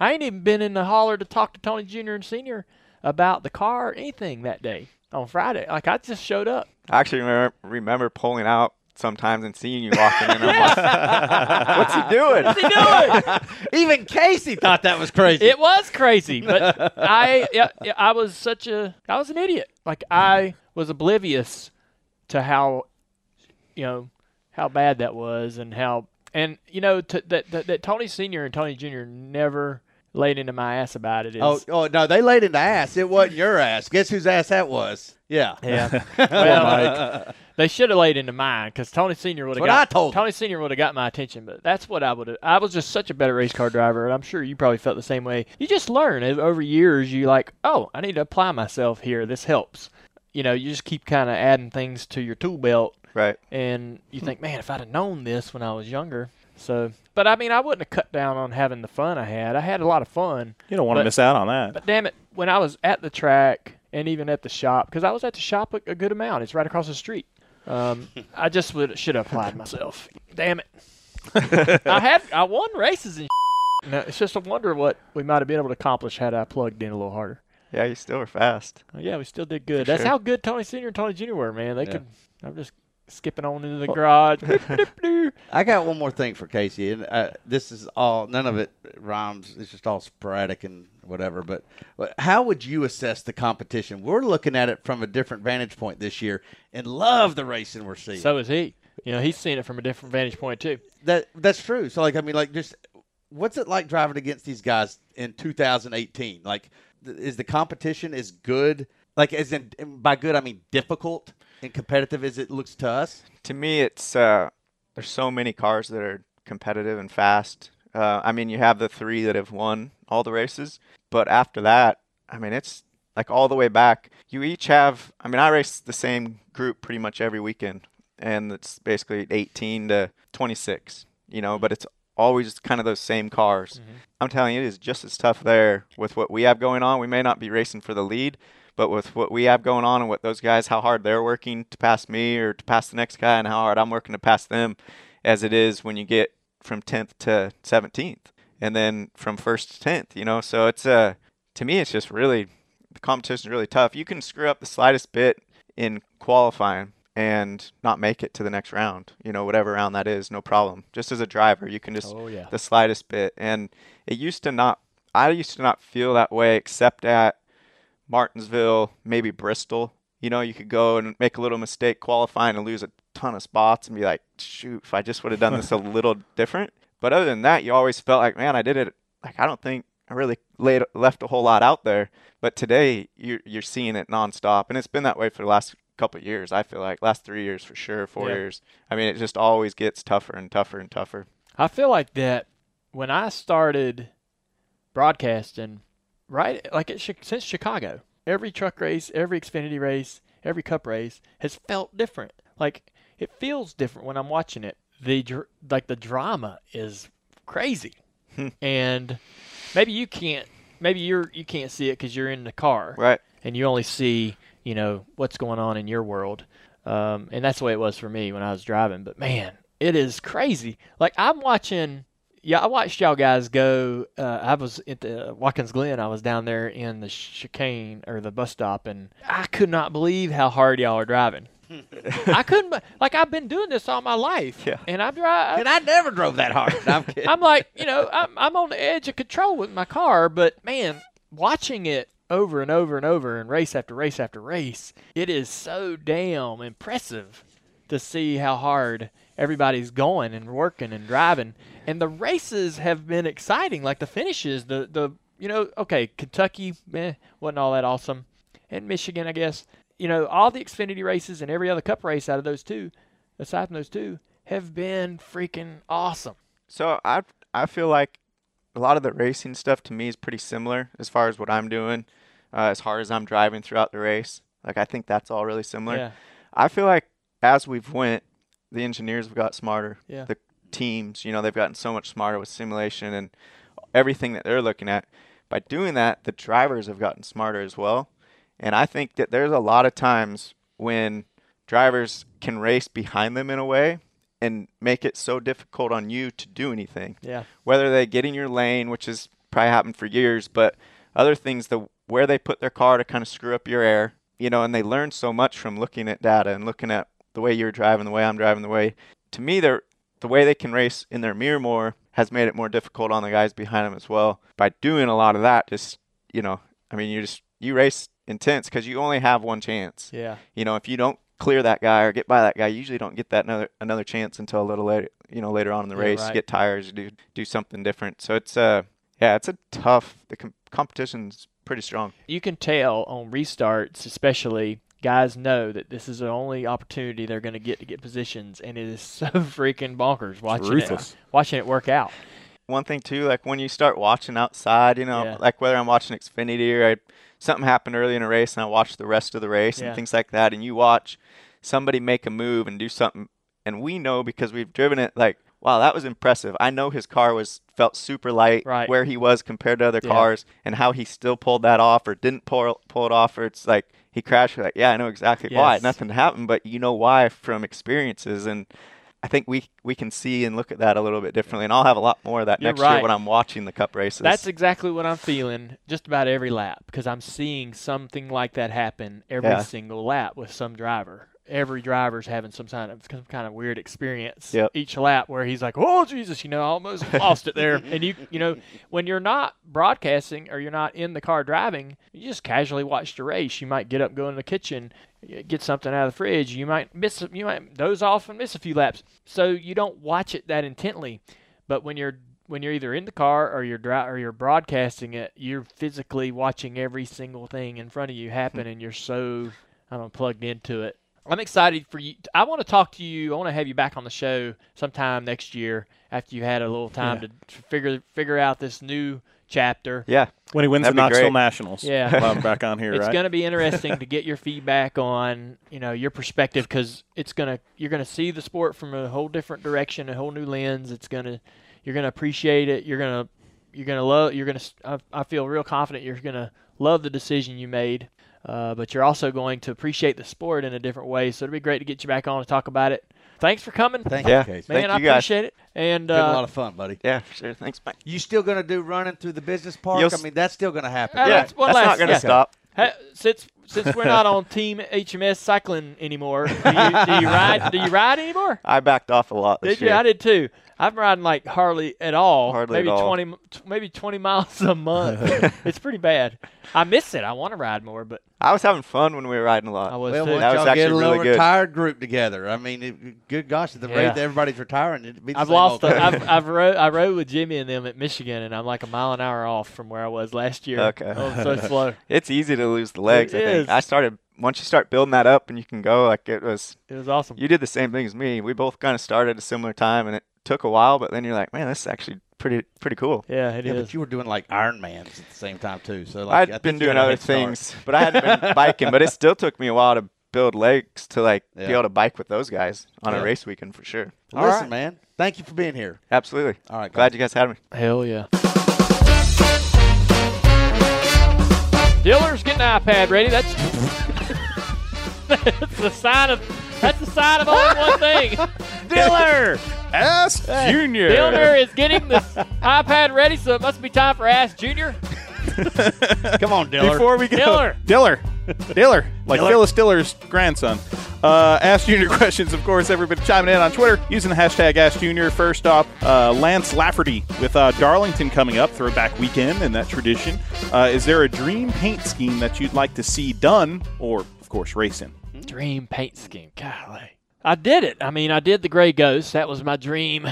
I ain't even been in the holler to talk to Tony Junior and Senior about the car or anything that day on Friday. Like I just showed up. I actually remember, remember pulling out sometimes and seeing you walking in. I'm like, what's he doing? What are you doing? Even Casey thought that was crazy. It was crazy, but I yeah, yeah, I was such a I was an idiot. Like I was oblivious to how you know how bad that was and how and you know to, that, that that Tony Senior and Tony Junior never laid into my ass about it. Is, oh, oh no, they laid into ass. It wasn't your ass. Guess whose ass that was? Yeah. yeah. well, they should have laid into mine because Tony Senior would have what got I told 'em. Tony Senior would have got my attention. But that's what I would have. I was just such a better race car driver, and I'm sure you probably felt the same way. You just learn o- over years. You like, oh, I need to apply myself here. This helps. You know, you just keep kind of adding things to your tool belt, Right. and you Hmm. think, man, if I'd have known this when I was younger. So, but I mean, I wouldn't have cut down on having the fun I had. I had a lot of fun. You don't want to But- miss out on that. But damn it, when I was at the track and even at the shop, because I was at the shop a, a good amount, it's right across the street. Um, I just would should have applied myself. Damn it, I had I won races and. No, it's just a wonder what we might have been able to accomplish had I plugged in a little harder. Yeah, you still were fast. Uh, Yeah, we still did good. That's how good Tony Senior and Tony Junior were, man. They could. I'm just skipping on into the garage. I got one more thing for Casey, and uh, this is all none of it rhymes. It's just all sporadic and whatever. But but how would you assess the competition? We're looking at it from a different vantage point this year, and love the racing we're seeing. so is he. You know, he's seen it from a different vantage point too. that that's true. So like I mean like just what's it like driving against these guys in 2018? Like th- is the competition as good? Like as in and by good I mean difficult and competitive as it looks to us. to me it's uh there's so many cars that are competitive and fast uh i mean you have the three that have won all the races but after that i mean it's like all the way back you each have i mean i race the same group pretty much every weekend and it's basically 18 to 26 you know but it's always kind of those same cars i'm telling you it is just as tough there with what we have going on we may not be racing for the lead but with what we have going on and what those guys, how hard they're working to pass me or to pass the next guy, and how hard I'm working to pass them, as it is when you get from 10th to 17th, and then from first to 10th, you know. So it's uh, to me, it's just really the competition is really tough. You can screw up the slightest bit in qualifying, and not make it to the next round, you know, whatever round that is, no problem. Just as a driver, you can just Oh, yeah. the slightest bit. And it used to not, I used to not feel that way except at Martinsville, maybe Bristol. You know, you could go and make a little mistake qualifying and lose a ton of spots and be like, shoot, if I just would have done this a little different. But other than that, you always felt like, man, I did it. Like, I don't think I really laid, left a whole lot out there. But today, you're, you're seeing it nonstop. And it's been that way for the last couple of years, I feel like. Last three years for sure, four Yeah. years. I mean, it just always gets tougher and tougher and tougher. I feel like that when I started broadcasting, right, like at, Chi- since Chicago, every truck race, every Xfinity race, every Cup race has felt different. Like it feels different when I'm watching it. The dr- like the drama is crazy, and maybe you can't, maybe you're you can't see it because you're in the car, Right. and you only see you know what's going on in your world um, and that's the way it was for me when i was driving but man it is crazy like i'm watching yeah i watched y'all guys go uh, i was at the watkins glen i was down there in the chicane or the bus stop and i could not believe how hard y'all are driving i couldn't be- like i've been doing this all my life Yeah. and i drive And I never drove that hard. No, I'm kidding. I'm like, you know, I'm I'm on the edge of control with my car, but man, watching it over and over and over and race after race after race, it is so damn impressive to see how hard everybody's going and working and driving. And the races have been exciting, like the finishes, the the you know, okay, Kentucky, meh, wasn't all that awesome. And Michigan, I guess. You know, all the Xfinity races and every other cup race out of those two, aside from those two, have been freaking awesome. So I I feel like a lot of the racing stuff to me is pretty similar as far as what I'm doing, uh, as hard as I'm driving throughout the race. Like I think that's all really similar. Yeah. I feel like as we've went, the engineers have got smarter. Yeah. The teams, you know, they've gotten so much smarter with simulation and everything that they're looking at. By doing that, the drivers have gotten smarter as well. And I think that there's a lot of times when drivers can race behind them in a way and make it so difficult on you to do anything Yeah. whether they get in your lane, which has probably happened for years, but other things, the where they put their car to kind of screw up your air, you know, and they learn so much from looking at data and looking at the way you're driving, the way I'm driving, the way to me they're the way they can race in their mirror more has made it more difficult on the guys behind them as well. By doing a lot of that, just you know, I mean, you just you race intense because you only have one chance. Yeah. You know, if you don't clear that guy or get by that guy, you usually don't get that another another chance until a little later, you know, later on in the Yeah, race, right. get tires, do do something different. So it's uh yeah, it's a tough. The com- competition's pretty strong. You can tell on restarts, especially, guys know that this is the only opportunity they're going to get to get positions, and it is so freaking bonkers watching ruthless. it, watching it work out. One thing too, like when you start watching outside, you know, Yeah. like whether I'm watching Xfinity or I, something happened early in a race and I watched the rest of the race Yeah. and things like that, and you watch somebody make a move and do something, and we know because we've driven it. Like, wow, that was impressive. I know his car was felt super light Right. where he was compared to other Yeah. cars and how he still pulled that off or didn't pull pull it off or it's like he crashed. You're like, yeah, I know exactly why. Yes. Nothing happened, but you know why from experiences and. I think we we can see and look at that a little bit differently, and I'll have a lot more of that You're next right. year when I'm watching the cup races. That's exactly what I'm feeling just about every lap because I'm seeing something like that happen every Yeah. single lap with some driver. Every driver's having some kind of some kind of weird experience Yep. each lap where he's like, "Oh Jesus, you know, I almost lost it there." And you, you know, when you're not broadcasting or you're not in the car driving, you just casually watch the race. You might get up, go in the kitchen, y- get something out of the fridge. You might miss, a- you might doze off and miss a few laps. So you don't watch it that intently. But when you're when you're either in the car or you're dri- or you're broadcasting it, you're physically watching every single thing in front of you happen, and you're so I don't know, plugged into it. Hmm. I'm excited for you. I want to talk to you. I want to have you back on the show sometime next year after you had a little time to figure figure out this new chapter. yeah, When he wins the That'd be Knoxville great. Nationals. Yeah. Well, I'm back on here, it's right? going to be interesting to get your feedback on you know your perspective because it's going to you're going to see the sport from a whole different direction a whole new lens it's going to you're going to appreciate it you're going to you're going to love you're going to I, I feel real confident you're going to love the decision you made uh, but you're also going to appreciate the sport in a different way so it'd be great to get you back on and talk about it thanks for coming Thank yeah. you, Casey. man Thank i you guys. appreciate it and Been a uh, lot of fun, buddy. yeah, for sure. Thanks, Mike. You still gonna do running through the business park? You'll I s- mean, that's still gonna happen. Yeah, Yeah, that's that's, one last- not gonna yeah. stop. ha- since since we're not on Team HMS cycling anymore, do you, do you ride? Do you ride anymore? I backed off a lot this Did year. you? I did too. I'm riding like hardly at all. Hardly at maybe all. twenty, m- t- maybe twenty miles a month. it's pretty bad. I miss it. I want to ride more, but I was having fun when we were riding a lot. I was Well, too. once Uh, That was y'all get a actually little really good. retired group together, I mean, it, good gosh, at the Yeah. rate that everybody's retiring, it'd be the I've same lost. Old A, I've I've rode I rode with Jimmy and them at Michigan, and I'm like a mile an hour off from where I was last year. Okay. I'm so slow. It's easy to lose the legs. It I think is. I started once you start building that up and you can go like it was. It was awesome. You did the same thing as me. We both kind of started at a similar time, and it took a while. But then you're like, man, this is actually pretty pretty cool. yeah, it yeah, is. but you were doing like Ironmans at the same time too. So like, I'd I think been you had doing a other head start. things, but I hadn't been biking. But it still took me a while to build legs to like Yeah. be able to bike with those guys on Yeah. a race weekend for sure. Listen, man, thank you for being here. Absolutely. All right, Glad you guys had me. Hell yeah. Diller's getting an iPad ready. That's that's the sign of that's the sign of only one thing. Diller! S. Junior. Dillner is getting this iPad ready, so it must be time for Ask Junior. Come on, Diller. Before we go, Diller. Diller, Diller, like Phyllis Diller's grandson. Uh, ask Junior questions, of course. Everybody chiming in on Twitter using the hashtag Ask Junior. First off, uh, Lance Lafferty with uh, Darlington coming up, throwback weekend and that tradition. Uh, is there a dream paint scheme that you'd like to see done, or of course, racing? Dream paint scheme. Golly. I did it. I mean, I did the Grey Ghost. That was my dream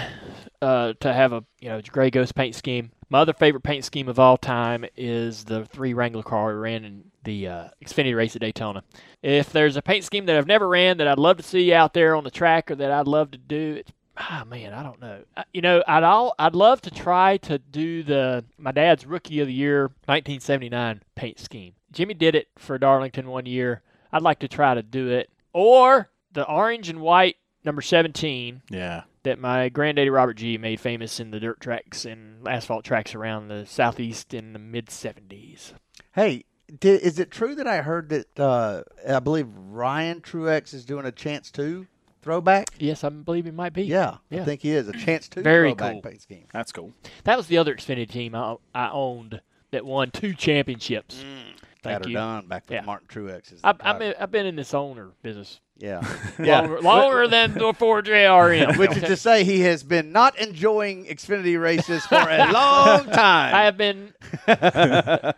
uh, to have a you know Grey Ghost paint scheme. My other favorite paint scheme of all time is the three Wrangler car we ran in the uh, Xfinity race at Daytona. If there's a paint scheme that I've never ran that I'd love to see out there on the track or that I'd love to do, it's ah man, I don't know. I, you know, I'd all I'd love to try to do the my dad's rookie of the year 1979 paint scheme. Jimmy did it for Darlington one year. I'd like to try to do it. Or the orange and white number 17 Yeah. that my granddaddy Robert G made famous in the dirt tracks and asphalt tracks around the southeast in the mid 70s. Hey, di is it true that I heard that uh, I believe Ryan Truex is doing a Chance Two throwback? Yes, I believe it might be. Yeah, Yeah. I think he is a Chance Two Very throwback cool. paint scheme. That's cool. That was the other Xfinity team I, I owned that won two championships. Mm, Thank That are you. done back with Yeah. Martin Truex. Is the I, I've, driver. been, I've been in this owner business yeah. longer, longer than before JRM. Which is to say, he has been not enjoying Xfinity races for a long time. I have been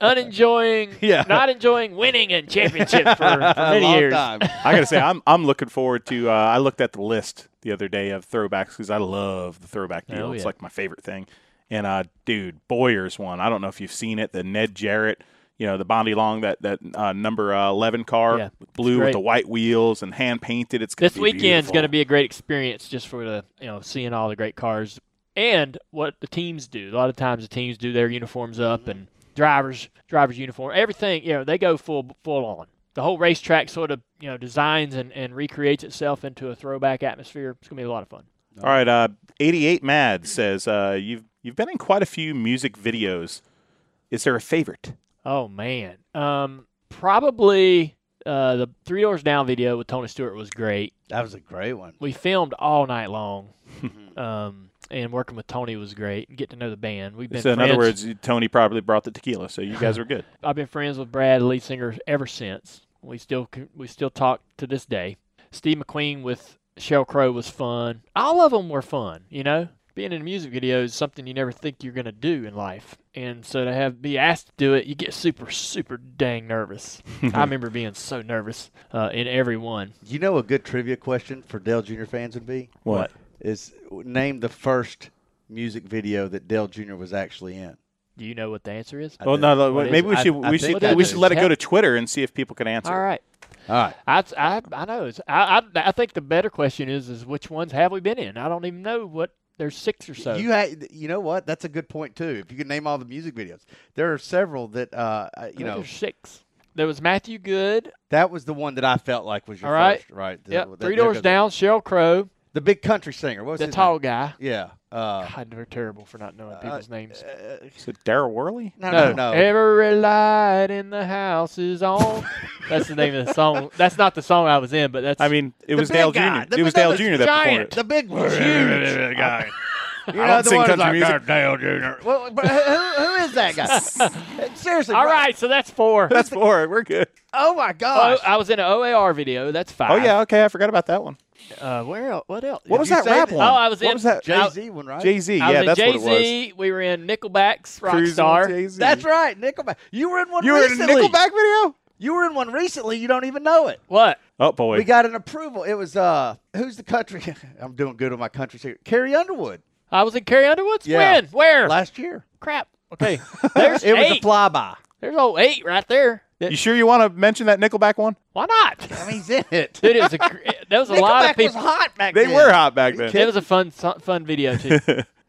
unenjoying, not enjoying winning in championship for, for a many long years. time. I gotta say, I'm I'm looking forward to. Uh, I looked at the list the other day of throwbacks because I love the throwback deal. Hell Oh, It's yeah. like my favorite thing. And uh, dude, Boyer's one. I don't know if you've seen it. The Ned Jarrett, you know, the Bondi Long that that uh, number uh, eleven car, Yeah, blue great. with the white wheels and hand painted. It's gonna This weekend's going going to be a great experience just for the you know seeing all the great cars and what the teams do. A lot of times the teams do their uniforms up and drivers drivers uniform everything. You know they go full full on. The whole racetrack sort of you know designs and, and recreates itself into a throwback atmosphere. It's going to be a lot of fun. All right, uh, eighty-eight Mad says uh, you've you've been in quite a few music videos. Is there a favorite? Oh man, um, probably uh, the Three Doors Down video with Tony Stewart was great. That was a great one. we filmed all night long, um, and working with Tony was great. And getting to know the band, we've been. So in other friends- words, Tony probably brought the tequila, so you guys were good. I've been friends with Brad, the lead singer, ever since. We still c- we still talk to this day. Steve McQueen with Shell Crow was fun. All of them were fun, you know. Being in a music video is something you never think you're gonna do in life, and so to have be asked to do it, you get super super dang nervous. I remember being so nervous uh, in every one. You know, a good trivia question for Dell Jr. fans would be What? is name the first music video that Dell Jr. was actually in. Do you know what the answer is? Well, no, no, What is maybe it? we I- should I we think should that we is- should let it yeah. go to Twitter and see if people can answer. All right. All right. I, I, I know. It's, I, I, I think the better question is is which ones have we been in? I don't even know what there's six or so. You had, you know what? That's a good point too. If you could name all the music videos, there are several that, uh, I- I you think know, there's six. There was Matthew Good. that was the one that I felt like was your All right. first, right? The- Yep. that- Three there Doors goes- Down. Sheryl Crow. The big country singer. What was The his tall name? guy. Yeah. Uh, God, they're terrible for not knowing people's names. Is it Daryl Worley? no, no, no. Every light in the house is on. that's the name of the song. That's not the song I was in, but that's. I mean, it was big Dale guy, Jr. the It was big Dale other Jr. that performed giant. it. The big one. Huge. guy. You're I not don't the sing one country who's like, music. "Goddamn, Junior." Well, but who, who is that guy? Seriously. All what- right, so that's four. That's four. We're good. Oh my Oh, gosh. I was in an OAR video. That's five. Oh yeah. Okay, I forgot about that one. Uh, where else? What else? What was you that say rap that- one? Oh, I was what in- was that? I- Jay Z one, right? Jay Z. I was Yeah, in that's Jay-Z, what it We were in Nickelback's was. Cruise on Rockstar. Jay-Z. That's right, Nickelback. You were in one You were in a recently. Nickelback video. You were in one recently. You don't even know it. What? Oh boy. We got an approval. It was uh, who's the country? I'm doing good on my country. singer. Carrie Underwood I was in Carrie Underwood's. Yeah. When? Where? last year. Crap. Okay. There's It was eight. a flyby. There's old eight right there. That- you sure you want to mention that Nickelback one? Why not? I mean, he's in it. Dude, it was a, gr- there was a lot of Nickelback was people. hot back They then. were hot back then. It was a fun, so- fun video too.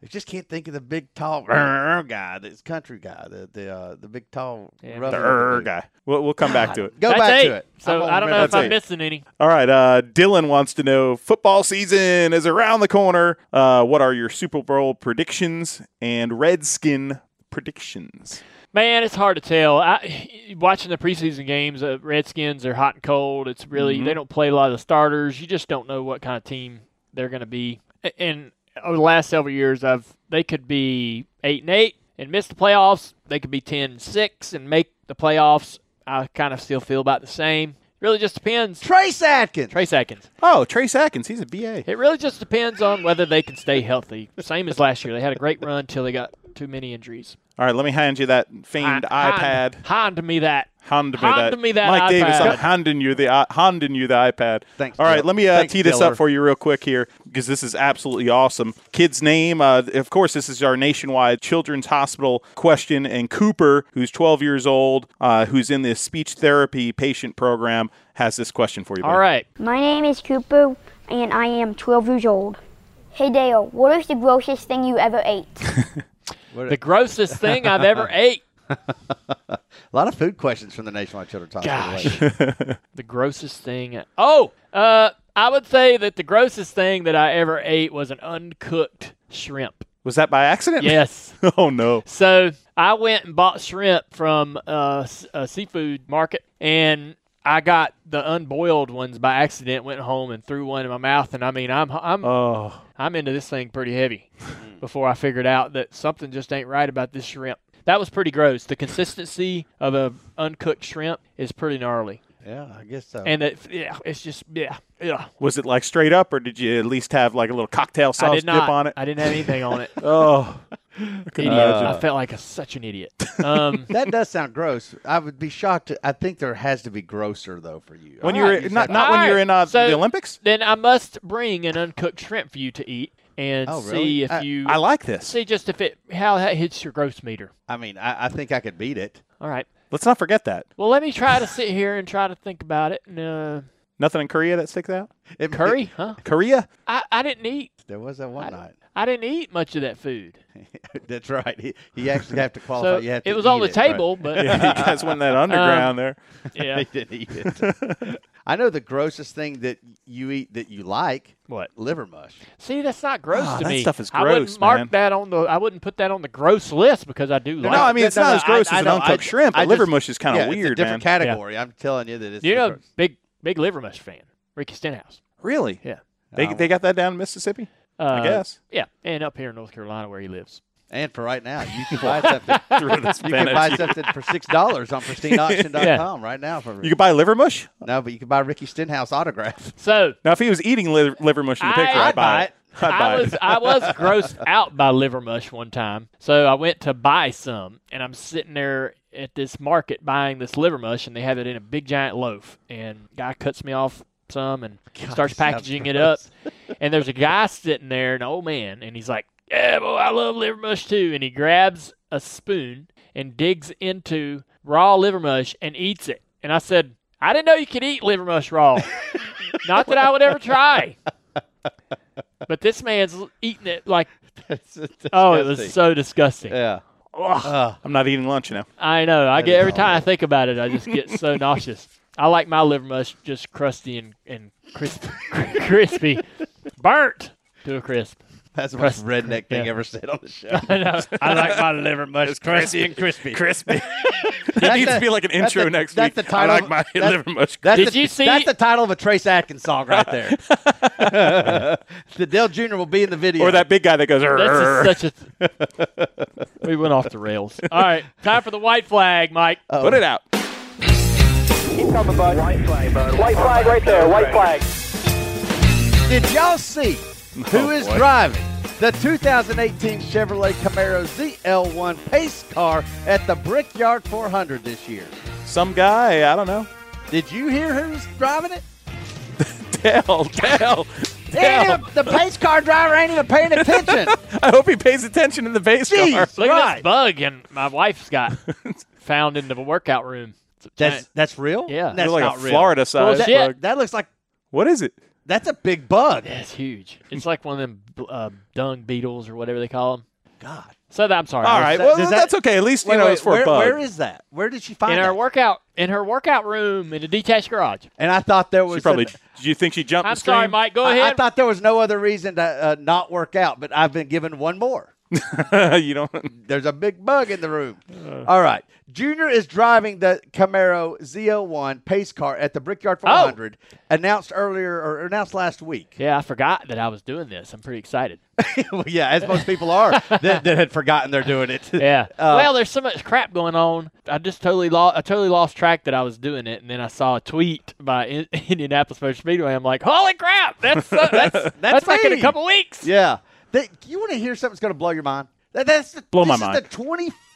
I just can't think of the big tall guy, this country guy, the the uh, the big tall Yeah. rough The looking er dude. guy. We'll, we'll come back to it. Go That's back eight. to it. So won't I don't know remember if I'm that. missing any. All right. Uh, Dylan wants to know football season is around the corner. Uh, what are your Super Bowl predictions and Redskin predictions? Man, it's hard to tell. I, watching the preseason games, uh, Redskins are hot and cold. It's Mm-hmm. really they don't play a lot of the starters. You just don't know what kind of team they're going to be. A- And over the last several years, I've they could be eight and eight and miss the playoffs. They could be ten and six and make the playoffs. I kind of still feel about the same. Really, just depends. Trace Atkins. Trace Atkins. Oh, Trace Atkins. He's a BA. It really just depends on whether they can stay healthy. Same as last year. They had a great run till they got too many injuries. All right. Let me hand you that famed iPad. Hand, hand me that. Hand me Hand that. me that Mike Davis, iPad. I'm handing you the i- handing you the iPad. Thanks, All right, Diller. let me uh, Thanks, tee this Diller. up for you real quick here because this is absolutely awesome. Kid's name, uh, of course, this is our nationwide children's hospital question, and Cooper, who's 12 years old, uh, who's in the speech therapy patient program, has this question for you. All buddy. right. My name is Cooper, and I am 12 years old. Hey Dale, what is the grossest thing you ever ate? The grossest thing I've ever ate. A lot of food questions from the Nationwide Children's Hospital. Gosh. the grossest thing. Oh, uh, I would say that the grossest thing that I ever ate was an uncooked shrimp. was that by accident? Yes. oh no. So I went and bought shrimp from uh, s- a seafood market, and I got the unboiled ones by accident. Went home and threw one in my mouth, and I mean, I'm I'm Oh, I'm into this thing pretty heavy. before I figured out that something just ain't right about this shrimp. That was pretty gross. The consistency of a uncooked shrimp is pretty gnarly, Yeah, I guess so. and it, yeah, it's just yeah, yeah. was it like straight up, or did you at least have like a little cocktail I sauce did not. dip on it? I didn't have anything on it. oh, idiot. imagine. I felt like a, such an idiot. Um, that does sound gross. I would be shocked. I think there has to be grosser though for you. when I you were think not said- not when you were in uh, Alright, so- the Olympics. then I must bring an uncooked shrimp for you to eat and Oh, really? see if I- you I like this. see just if it how that hits your gross meter. I mean, I, I think I could beat it. All right. Let's not forget that. Well, let me try to sit here and try to think about it. And, uh, Nothing in Korea that sticks out. It- curry, huh? Korea. I, I didn't eat. there was that one night. I didn't eat much of that food. That's right. He, he actually have to Oh, qualify. So you have to it was eat on the right? table, but Yeah, you guys went that underground there. yeah. They didn't eat it. I know the grossest thing that you eat that you like. What? Liver mush. See, that's not gross Ah, to that me. stuff is I gross, wouldn't mark man. that on the. I wouldn't put that on the gross list because I do like. no, I it. mean it's not as gross as an uncooked shrimp. A liver mush is kind yeah, of it's a weird, man. different category. I'm telling you that it's you know, different. big big liver mush fan, Ricky Stenhouse. really? Yeah. They, Oh. they got that down in Mississippi. Uh, I guess. Yeah, and up here in North Carolina where he lives. And for right now, you can buy something. Threw this You pen can at buy you. something for six dollars on pristineauction.com right now for You could buy liver mush. no, but you can buy Ricky Stenhouse autograph. So Now, if he was eating liver, liver mush in the picture, I- I'd buy it. I'd I buy it. was I was grossed out by liver mush one time, so I went to buy some, and I'm sitting there at this market buying this liver mush, and they have it in a big giant loaf, and guy cuts me off some and starts sounds packaging it up, and there's a guy sitting there, an old man, and he's like, "Yeah, boy, I love liver mush too," and he grabs a spoon and digs into raw liver mush and eats it, and I said. I didn't know you could eat liver mush raw. Not that I would ever try. But this man's l- eating it like That's oh, it disgusting. was so disgusting. yeah. Ugh. I'm not eating lunch now. I know. I That get is every time I think about it, I just get so nauseous. I like my liver mush just crusty and and crisp, crispy, burnt to a crisp. That's the most Press- redneck thing yeah. ever said on the show. I know. I like my liver mush crusty and crispy. Crispy. it That's needs the- to be like an that's intro the- next that's week. the title I of- like my that's- liver much. That's Did the, you see- That's the title of a Trace Atkins song right there. the Dell Jr. will be in the video. Or that big guy that goes. "Rrrr." That's just such a. we went off the rails. All right, time for the white flag, Mike. Oh. Put it out. White flag right there, white flag. Did y'all see who is Oh, boy. driving the 2018 Chevrolet Camaro ZL1 pace car at the Brickyard 400 this year? Some guy. I don't know. Did you hear who's driving it? Dell. Dell. Ain't Dell. even- the pace car driver ain't even paying attention. I hope he pays attention in the base Jeez. car. Look at Right. this bug, and my wife's got found in the workout room. It's a That's giant- that's real. Yeah. that's You're like not a real. Florida Well, size shit. bug. That looks like What is it? that's a big bug. that's huge. It's like one of them bl- uh, dung beetles or whatever they call them. God. So that, I'm sorry. All I right. was- that- well, does that- that's okay. At least you Wait, know wait, it's for where, a bug. where is that? Where did she find in that? her workout in her workout room in the detached garage. and I thought there was she probably. an- do you think she jumped? I'm the screen? sorry, Mike. Go I- ahead. I, thought there was no other reason to uh, not work out, but I've been given one more. you don't. There's a big bug in the room. Uh. All right. Junior is driving the Camaro Z01 pace car at the Brickyard 400, Oh. announced earlier or announced last week. yeah, I forgot that I was doing this. I'm pretty excited. well, yeah, as most people are that, that had forgotten they're doing it. Yeah. Uh, well, there's so much crap going on. I just totally lost. I totally lost track that I was doing it, and then I saw a tweet by In- Indianapolis Motor Speedway. I'm like, holy crap! That's uh, that's that's, like in me. a couple weeks. Yeah. That, you want to hear something that's going to blow your mind? That, that's the, Blow this my mind. is the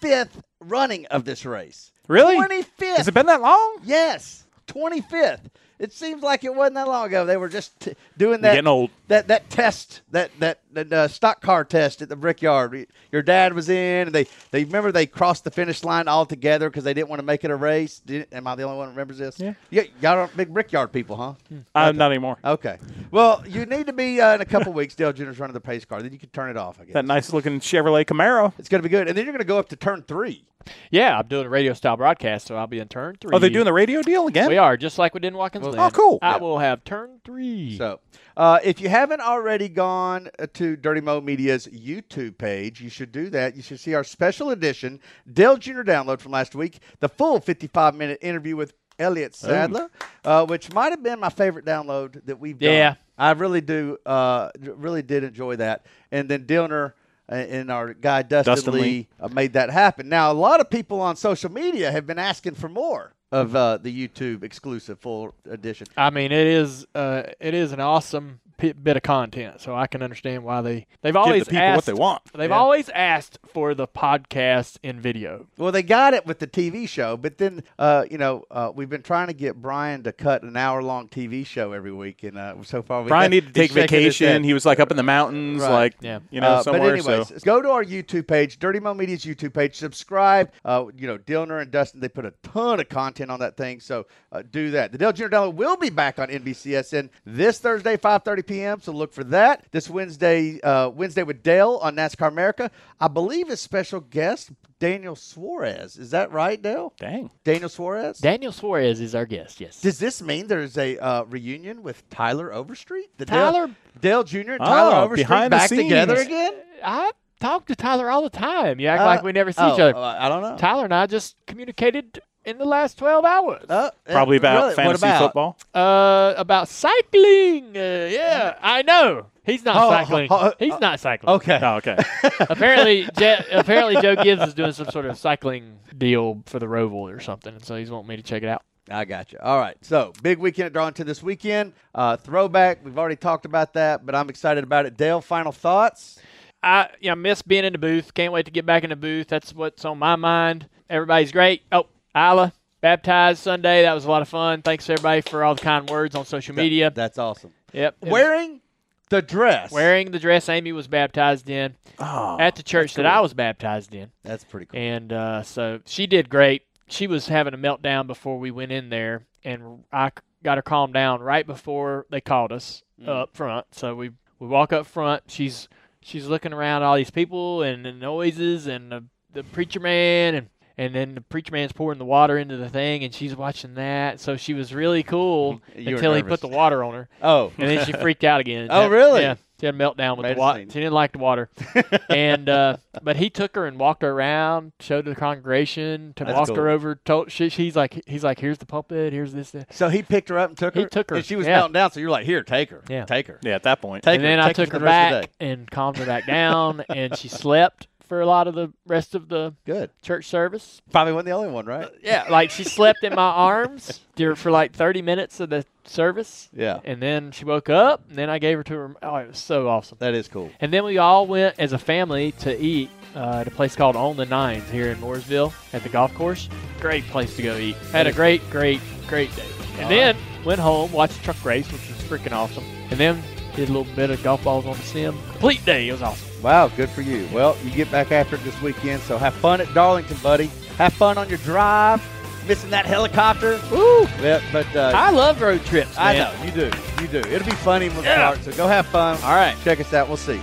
25th running of this race. Really? 25th. Has it been that long? Yes, 25th. It seems like it wasn't that long ago. They were just t- doing that getting old. that that test that that, that uh, stock car test at the brickyard. We- Your dad was in, and they they remember they crossed the finish line all together because they didn't want to make it a race. Did, am I the only one that remembers this? Yeah. yeah y'all aren't big brickyard people, huh? Uh, not anymore. Okay. Well, you need to be uh, in a couple weeks. Dale Jr.'s running the pace car. Then you can turn it off. I guess That nice looking Chevrolet Camaro. it's going to be good. And then you're going to go up to turn three. Yeah, I'm doing a radio style broadcast, so I'll be in turn three. Are they Oh, doing the radio deal again? We are just like we did in Watkins Well, Glen. oh, cool. I Yeah. will have turn three. So, uh, if you haven't already gone uh, to Dirty Mo Media's YouTube page, you should do that. You should see our special edition Dell Jr. download from last week, the full 55 minute interview with Elliot Sadler, uh, which might have been my favorite download that we've done. Yeah. I really do, uh, really did enjoy that. And then Dillner uh, and our guy Dustin, Dustin Lee, Lee. uh, made that happen. Now, a lot of people on social media have been asking for more of uh, the YouTube exclusive full edition. I mean, it is uh, it is an awesome p- bit of content, so I can understand why they they've always Give the people asked what they want. They've Yeah. always asked for the podcast in video. Well, they got it with the TV show, but then uh, you know uh, we've been trying to get Brian to cut an hour-long TV show every week, and uh, so far we Brian needed to he's take shaking his vacation. head. He was like up in the mounins, Right. like Yeah. you know, Uh, somewhere. But anyways, so go to our YouTube page, Dirty Mo Media's YouTube page. Subscribe. Uh, you know, Dillner and Dustin, they put a ton of content on that thing, so uh, do that. The Dale Jr. Download will be back on NBCSN this Thursday, 5:30 p.m. So look for that. This Wednesday, uh, Wednesday with Dale on NASCAR America. I believe his special guest Daniel Suarez. Is that right, Dale? dang. Daniel Suarez. Daniel Suarez is our guest. Yes. Does this mean there's a uh, reunion with Tyler Overstreet? The Tyler- Dale, Dale Jr. and Oh, Tyler Overstreet behind the back together scenes. again? I talk to Tyler all the time. You act Uh, like we never see oh, each other. uh, I don't know. Tyler and I just communicated in the last 12 hours Uh, uh, Probably about really? What fantasy about? football. uh, about cycling. Uh, yeah, I know. He's not Oh, cycling. oh, oh, He's not cycling. Okay. Oh, okay. apparently, Je- apparently Joe Gibbs is doing some sort of cycling deal for the Roval or something, and so he's wanting me to check it out. I got you. All right. So, big weekend at Darlington this weekend. Uh, throwback. We've already talked about that, but I'm excited about it. Dale, final thoughts? I you know, miss being in the booth. Can't wait to get back in the booth. That's what's on my mind. Everybody's great. Oh, Isla baptized Sunday. That was a lot of fun. Thanks everybody for all the kind words on social media. That's awesome. yep. It was- Wearing the dress. wearing the dress Amy was baptized in Oh, at the church that I was baptized in, That's pretty cool. and uh, so she did great. She was having a meltdown before we went in there, and I c- got her calmed down right before they called us Mm. up front. So we we walk up front. She's she's looking around at all these people and the noises and the, the preacher man and and then the preacher man's pouring the water into the thing and she's watching that. So she was really cool You were until he nervous. put the water on her Oh. and then she freaked out again. Oh, really? Yeah. She had a meltdown with the water. She Medicine. didn't like the water, and uh, but he took her and walked her around, showed the congregation, to That's walked her cool. over. Told she, she's like, he's like, here's the pulpit, here's this. that." So he picked her up and took her. He took her, And she was yeah. melting down. So you're like, here, take her. Yeah. Take her. Yeah, at that point. Take and her. then I take took for her the rest of back and calmed her back down, and she slept for a lot of the rest of the the day. Good. church service. Probably wasn't the only one, right? Uh, Yeah, like she slept in my arms dur- for like 30 minutes of the service. Yeah. And then she woke up, and then I gave her to her. Oh, it was so awesome. That is cool. And then we all went as a family to eat uh, at a place called On the Nines here in Mooresville at the golf course. Great place to go eat. Had a great, great, great day. And then went home, watched a truck race, which was freaking awesome. And then did a little bit of golf balls on the sim. Complete day. It was awesome. Wow, good for you. Well, you get back after it this weekend, so have fun at Darlington, buddy. Have fun on your drive, missing that helicopter. Woo! Yeah, but uh, I love road trips, I man. know you do. You do. It'll be funny when Yeah. we start. So go have fun. All right. Check us out. We'll see.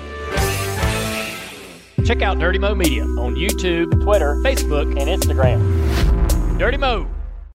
Check out Dirty Mo Media on YouTube, Twitter, Facebook, and Instagram. Dirty Mo.